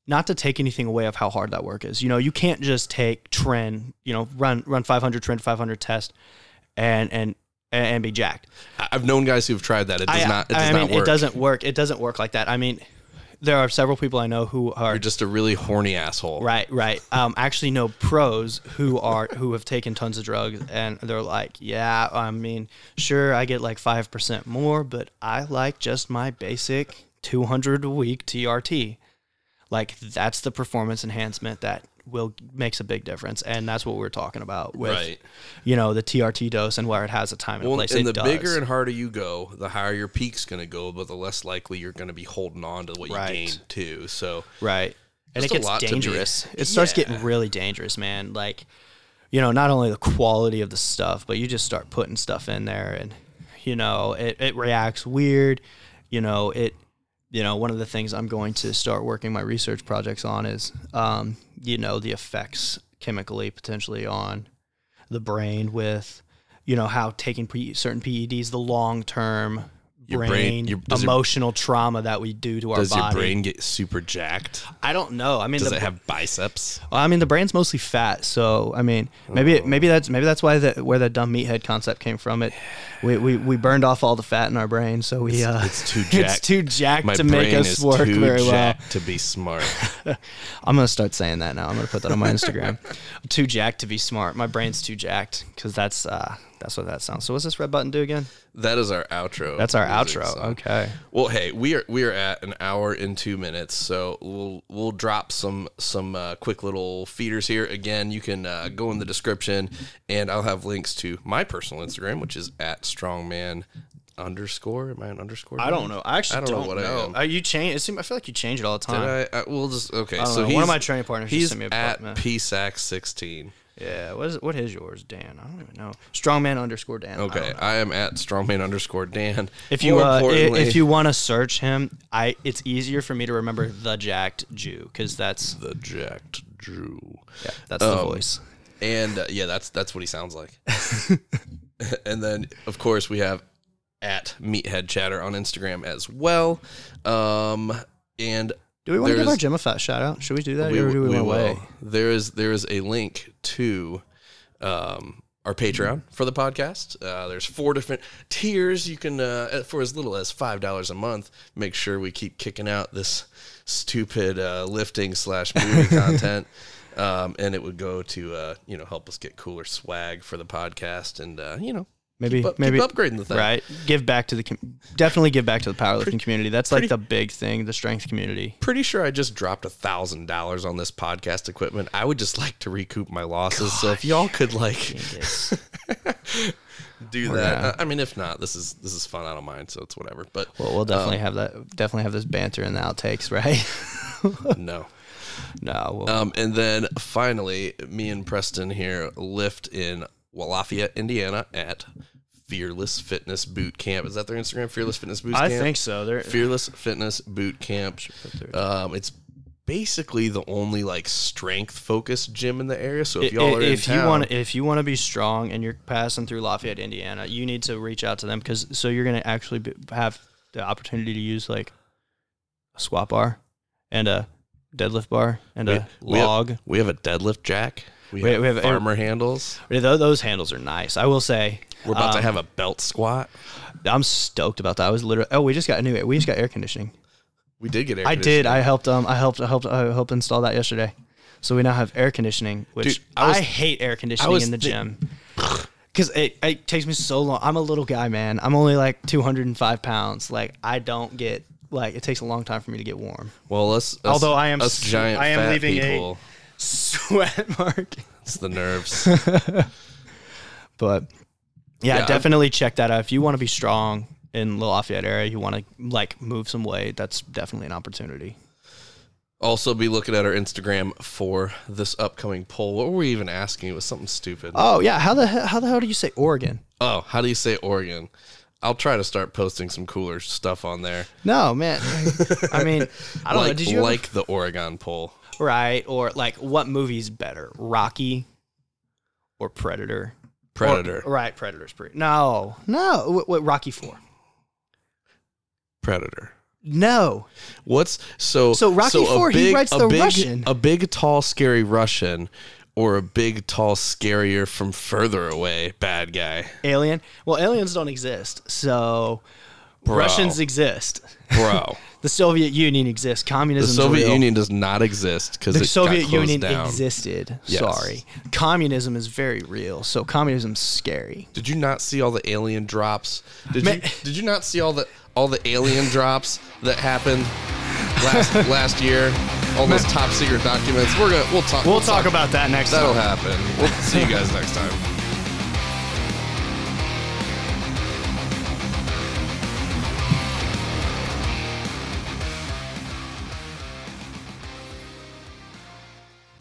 S2: not to take anything away of how hard that work is. You know, you can't just take trend, you know, run run 500 trend 500 test, and and and be jacked.
S1: I- I've known guys who've tried that. It does
S2: I,
S1: not. It does
S2: I mean,
S1: not work.
S2: it doesn't work. It doesn't work like that. I mean, there are several people I know who are
S1: You're just a really horny asshole.
S2: Right, right. Um, actually, no pros who are who have taken tons of drugs, and they're like, yeah, I mean, sure, I get like five percent more, but I like just my basic two hundred a week TRT. Like that's the performance enhancement that will makes a big difference, and that's what we're talking about with,
S1: Right.
S2: you know, the TRT dose and where it has a time and
S1: Well,
S2: place.
S1: and
S2: it
S1: the
S2: does.
S1: bigger and harder you go, the higher your peak's going to go, but the less likely you're going to be holding on to what you
S2: Right.
S1: gained too. So
S2: Right. And it
S1: Just a
S2: gets
S1: lot to be-
S2: dangerous. It starts
S1: Yeah.
S2: getting really dangerous, man. Like, you know, not only the quality of the stuff, but you just start putting stuff in there and, you know, it, it reacts weird. You know, it, you know, one of the things I'm going to start working my research projects on is, um, you know, the effects chemically potentially on the brain with, you know, how taking pre- certain PEDs, the long term
S1: Your
S2: brain,
S1: brain- your- does your-
S2: emotional trauma that we do to our
S1: does
S2: body.
S1: your brain get super jacked?
S2: I don't know. I mean,
S1: Does
S2: the,
S1: it have biceps?
S2: well, I mean, the brand's mostly fat, so I mean, maybe
S1: Oh.
S2: maybe that's maybe that's why that where that dumb meathead concept came from. It we, we, we burned off all the fat in our brain, so we uh,
S1: it's too
S2: it's
S1: jacked.
S2: too jacked
S1: My
S2: to make
S1: brain
S2: us
S1: is
S2: work
S1: too
S2: very well.
S1: jacked to be smart.
S2: I'm gonna start saying that now. I'm gonna put that on my Instagram. I'm too jacked to be smart. My brain's too jacked because that's uh that's what that sounds. So what's this red button do again?
S1: that is our outro.
S2: That's our
S1: music
S2: outro.
S1: song.
S2: Okay.
S1: Well, hey, we are we are at an hour and two minutes, so we'll we'll drop some some uh, quick little feeders here. Again, you can uh, go in the description, and I'll have links to my personal Instagram, which is at strongman underscore. Am I an underscore?
S2: I don't know. I actually
S1: I don't know what I am.
S2: Uh, you change. It seems, I feel like you change it all the time.
S1: I, I, we'll just okay.
S2: don't
S1: so
S2: know. One of
S1: he's,
S2: my training partners just
S1: He's
S2: sent me a
S1: at
S2: partner.
S1: psac sixteen.
S2: Yeah, what is what is yours, Dan? I don't even know. Strongman underscore Dan. I don't
S1: Okay,
S2: know.
S1: I, am at strongman underscore dan.
S2: If you
S1: More
S2: uh, i-
S1: importantly-
S2: if you want to search him, I it's easier for me to remember the Jacked Jew because that's
S1: the jacked Drew.
S2: yeah, that's
S1: Um,
S2: the voice.
S1: And uh, yeah, that's that's what he sounds like. and then of course we have at Meathead Chatter on Instagram as well. Um and
S2: Do we want to give
S1: there's-
S2: our Gemma Fat shout out? Should we do that or do we, want to wait?
S1: There is there is a link to um our Patreon for the podcast. Uh, there's four different tiers. You can, uh, at- for as little as five dollars a month, make sure we keep kicking out this stupid uh, lifting slash movie content, um, and it would go to uh, you know help us get cooler swag for the podcast, and uh, you know
S2: Maybe
S1: keep, up-
S2: maybe
S1: keep upgrading the thing.
S2: right. Give back to the com- definitely give back to the powerlifting community. That's like the big thing, the strength community.
S1: pretty sure I just dropped a thousand dollars on this podcast equipment. I would just like to recoup my losses. so if y'all could like
S2: Yes.
S1: do
S2: Oh,
S1: that, I I mean, if not, this is this is fun. I don't mind, so it's whatever. But
S2: well, we'll definitely
S1: Um,
S2: have that. Definitely have this banter in the outtakes, right?
S1: no.
S2: no, we'll,
S1: Um, and then finally, me and Preston here lift in Lafayette, Indiana, at Fearless Fitness Boot Camp. Is that their Instagram? Fearless Fitness Boot
S2: I
S1: Camp.
S2: think so. They're,
S1: Fearless Fitness Boot Camp. Um, it's basically the only like strength focused gym in the area. So if
S2: if,
S1: y'all are in
S2: if you
S1: town-
S2: want if you want to be strong and you're passing through Lafayette, Indiana, you need to reach out to them because so you're gonna actually be, have the opportunity to use like a squat bar and a deadlift bar and a
S1: We have-
S2: log.
S1: We have, a deadlift jack. We,
S2: We-
S1: have,
S2: we have a-
S1: farmer handles.
S2: Tho- Those, handles are nice. I will say,
S1: We're about
S2: Um,
S1: to have a belt squat.
S2: I'm stoked about that. I was literally oh, we just got a new we just got air conditioning.
S1: We did get air.
S2: I did.
S1: conditioning.
S2: I helped. Um, I helped. I helped. I helped install that yesterday. So we now have air conditioning, which
S1: Dude, I
S2: I,
S1: was-
S2: hate air conditioning
S1: was
S2: in the
S1: thi-
S2: gym because it, it takes me so long. I'm a little guy, man. I'm only like 205 pounds. Like I don't get like it takes a long time for me to get warm.
S1: Well, us, us-
S2: Although I am
S1: us
S2: s-
S1: giant
S2: I am
S1: fat
S2: leaving a-
S1: people.
S2: Sweat mark.
S1: It's the nerves.
S2: But yeah,
S1: Yeah, I'm-
S2: definitely check that out if you want to be strong in the Lafayette area. You want to like move some weight. That's definitely an opportunity.
S1: Also, be looking at our Instagram for this upcoming poll. What were we even asking? It was something stupid.
S2: Oh yeah, how the he- how the hell do you say Oregon?
S1: oh, how do you say Oregon? I'll try to start posting some cooler stuff on there.
S2: No man, I mean, I don't
S1: like,
S2: know. Did you ever-
S1: like the Oregon poll?
S2: right or like what movie's better, Rocky or Predator?
S1: Predator.
S2: Or- right, Predator's pretty. No, no, what, what Rocky Four?
S1: Predator.
S2: No,
S1: What's so?
S2: So Rocky
S1: a
S2: Four, he writes
S1: a
S2: the
S1: big,
S2: Russian.
S1: a big, tall, scary Russian, or a big, tall, scarier from further away bad guy,
S2: Alien. Well, aliens don't exist, so
S1: Bro.
S2: Russians exist.
S1: bro.
S2: The Soviet Union exists.
S1: the
S2: Communism.
S1: Soviet
S2: real.
S1: Union does not exist because
S2: The
S1: it
S2: Soviet
S1: got closed
S2: Union
S1: down.
S2: existed.
S1: Yes.
S2: Sorry. Communism is very real. So communism's scary.
S1: Did you not see all the alien drops? Did
S2: Man-
S1: you did you not see all the all the alien drops that happened last last year? All those top secret documents. We're gonna we'll talk
S2: We'll talk about that next
S1: that'll
S2: time.
S1: happen. We'll see you guys next time.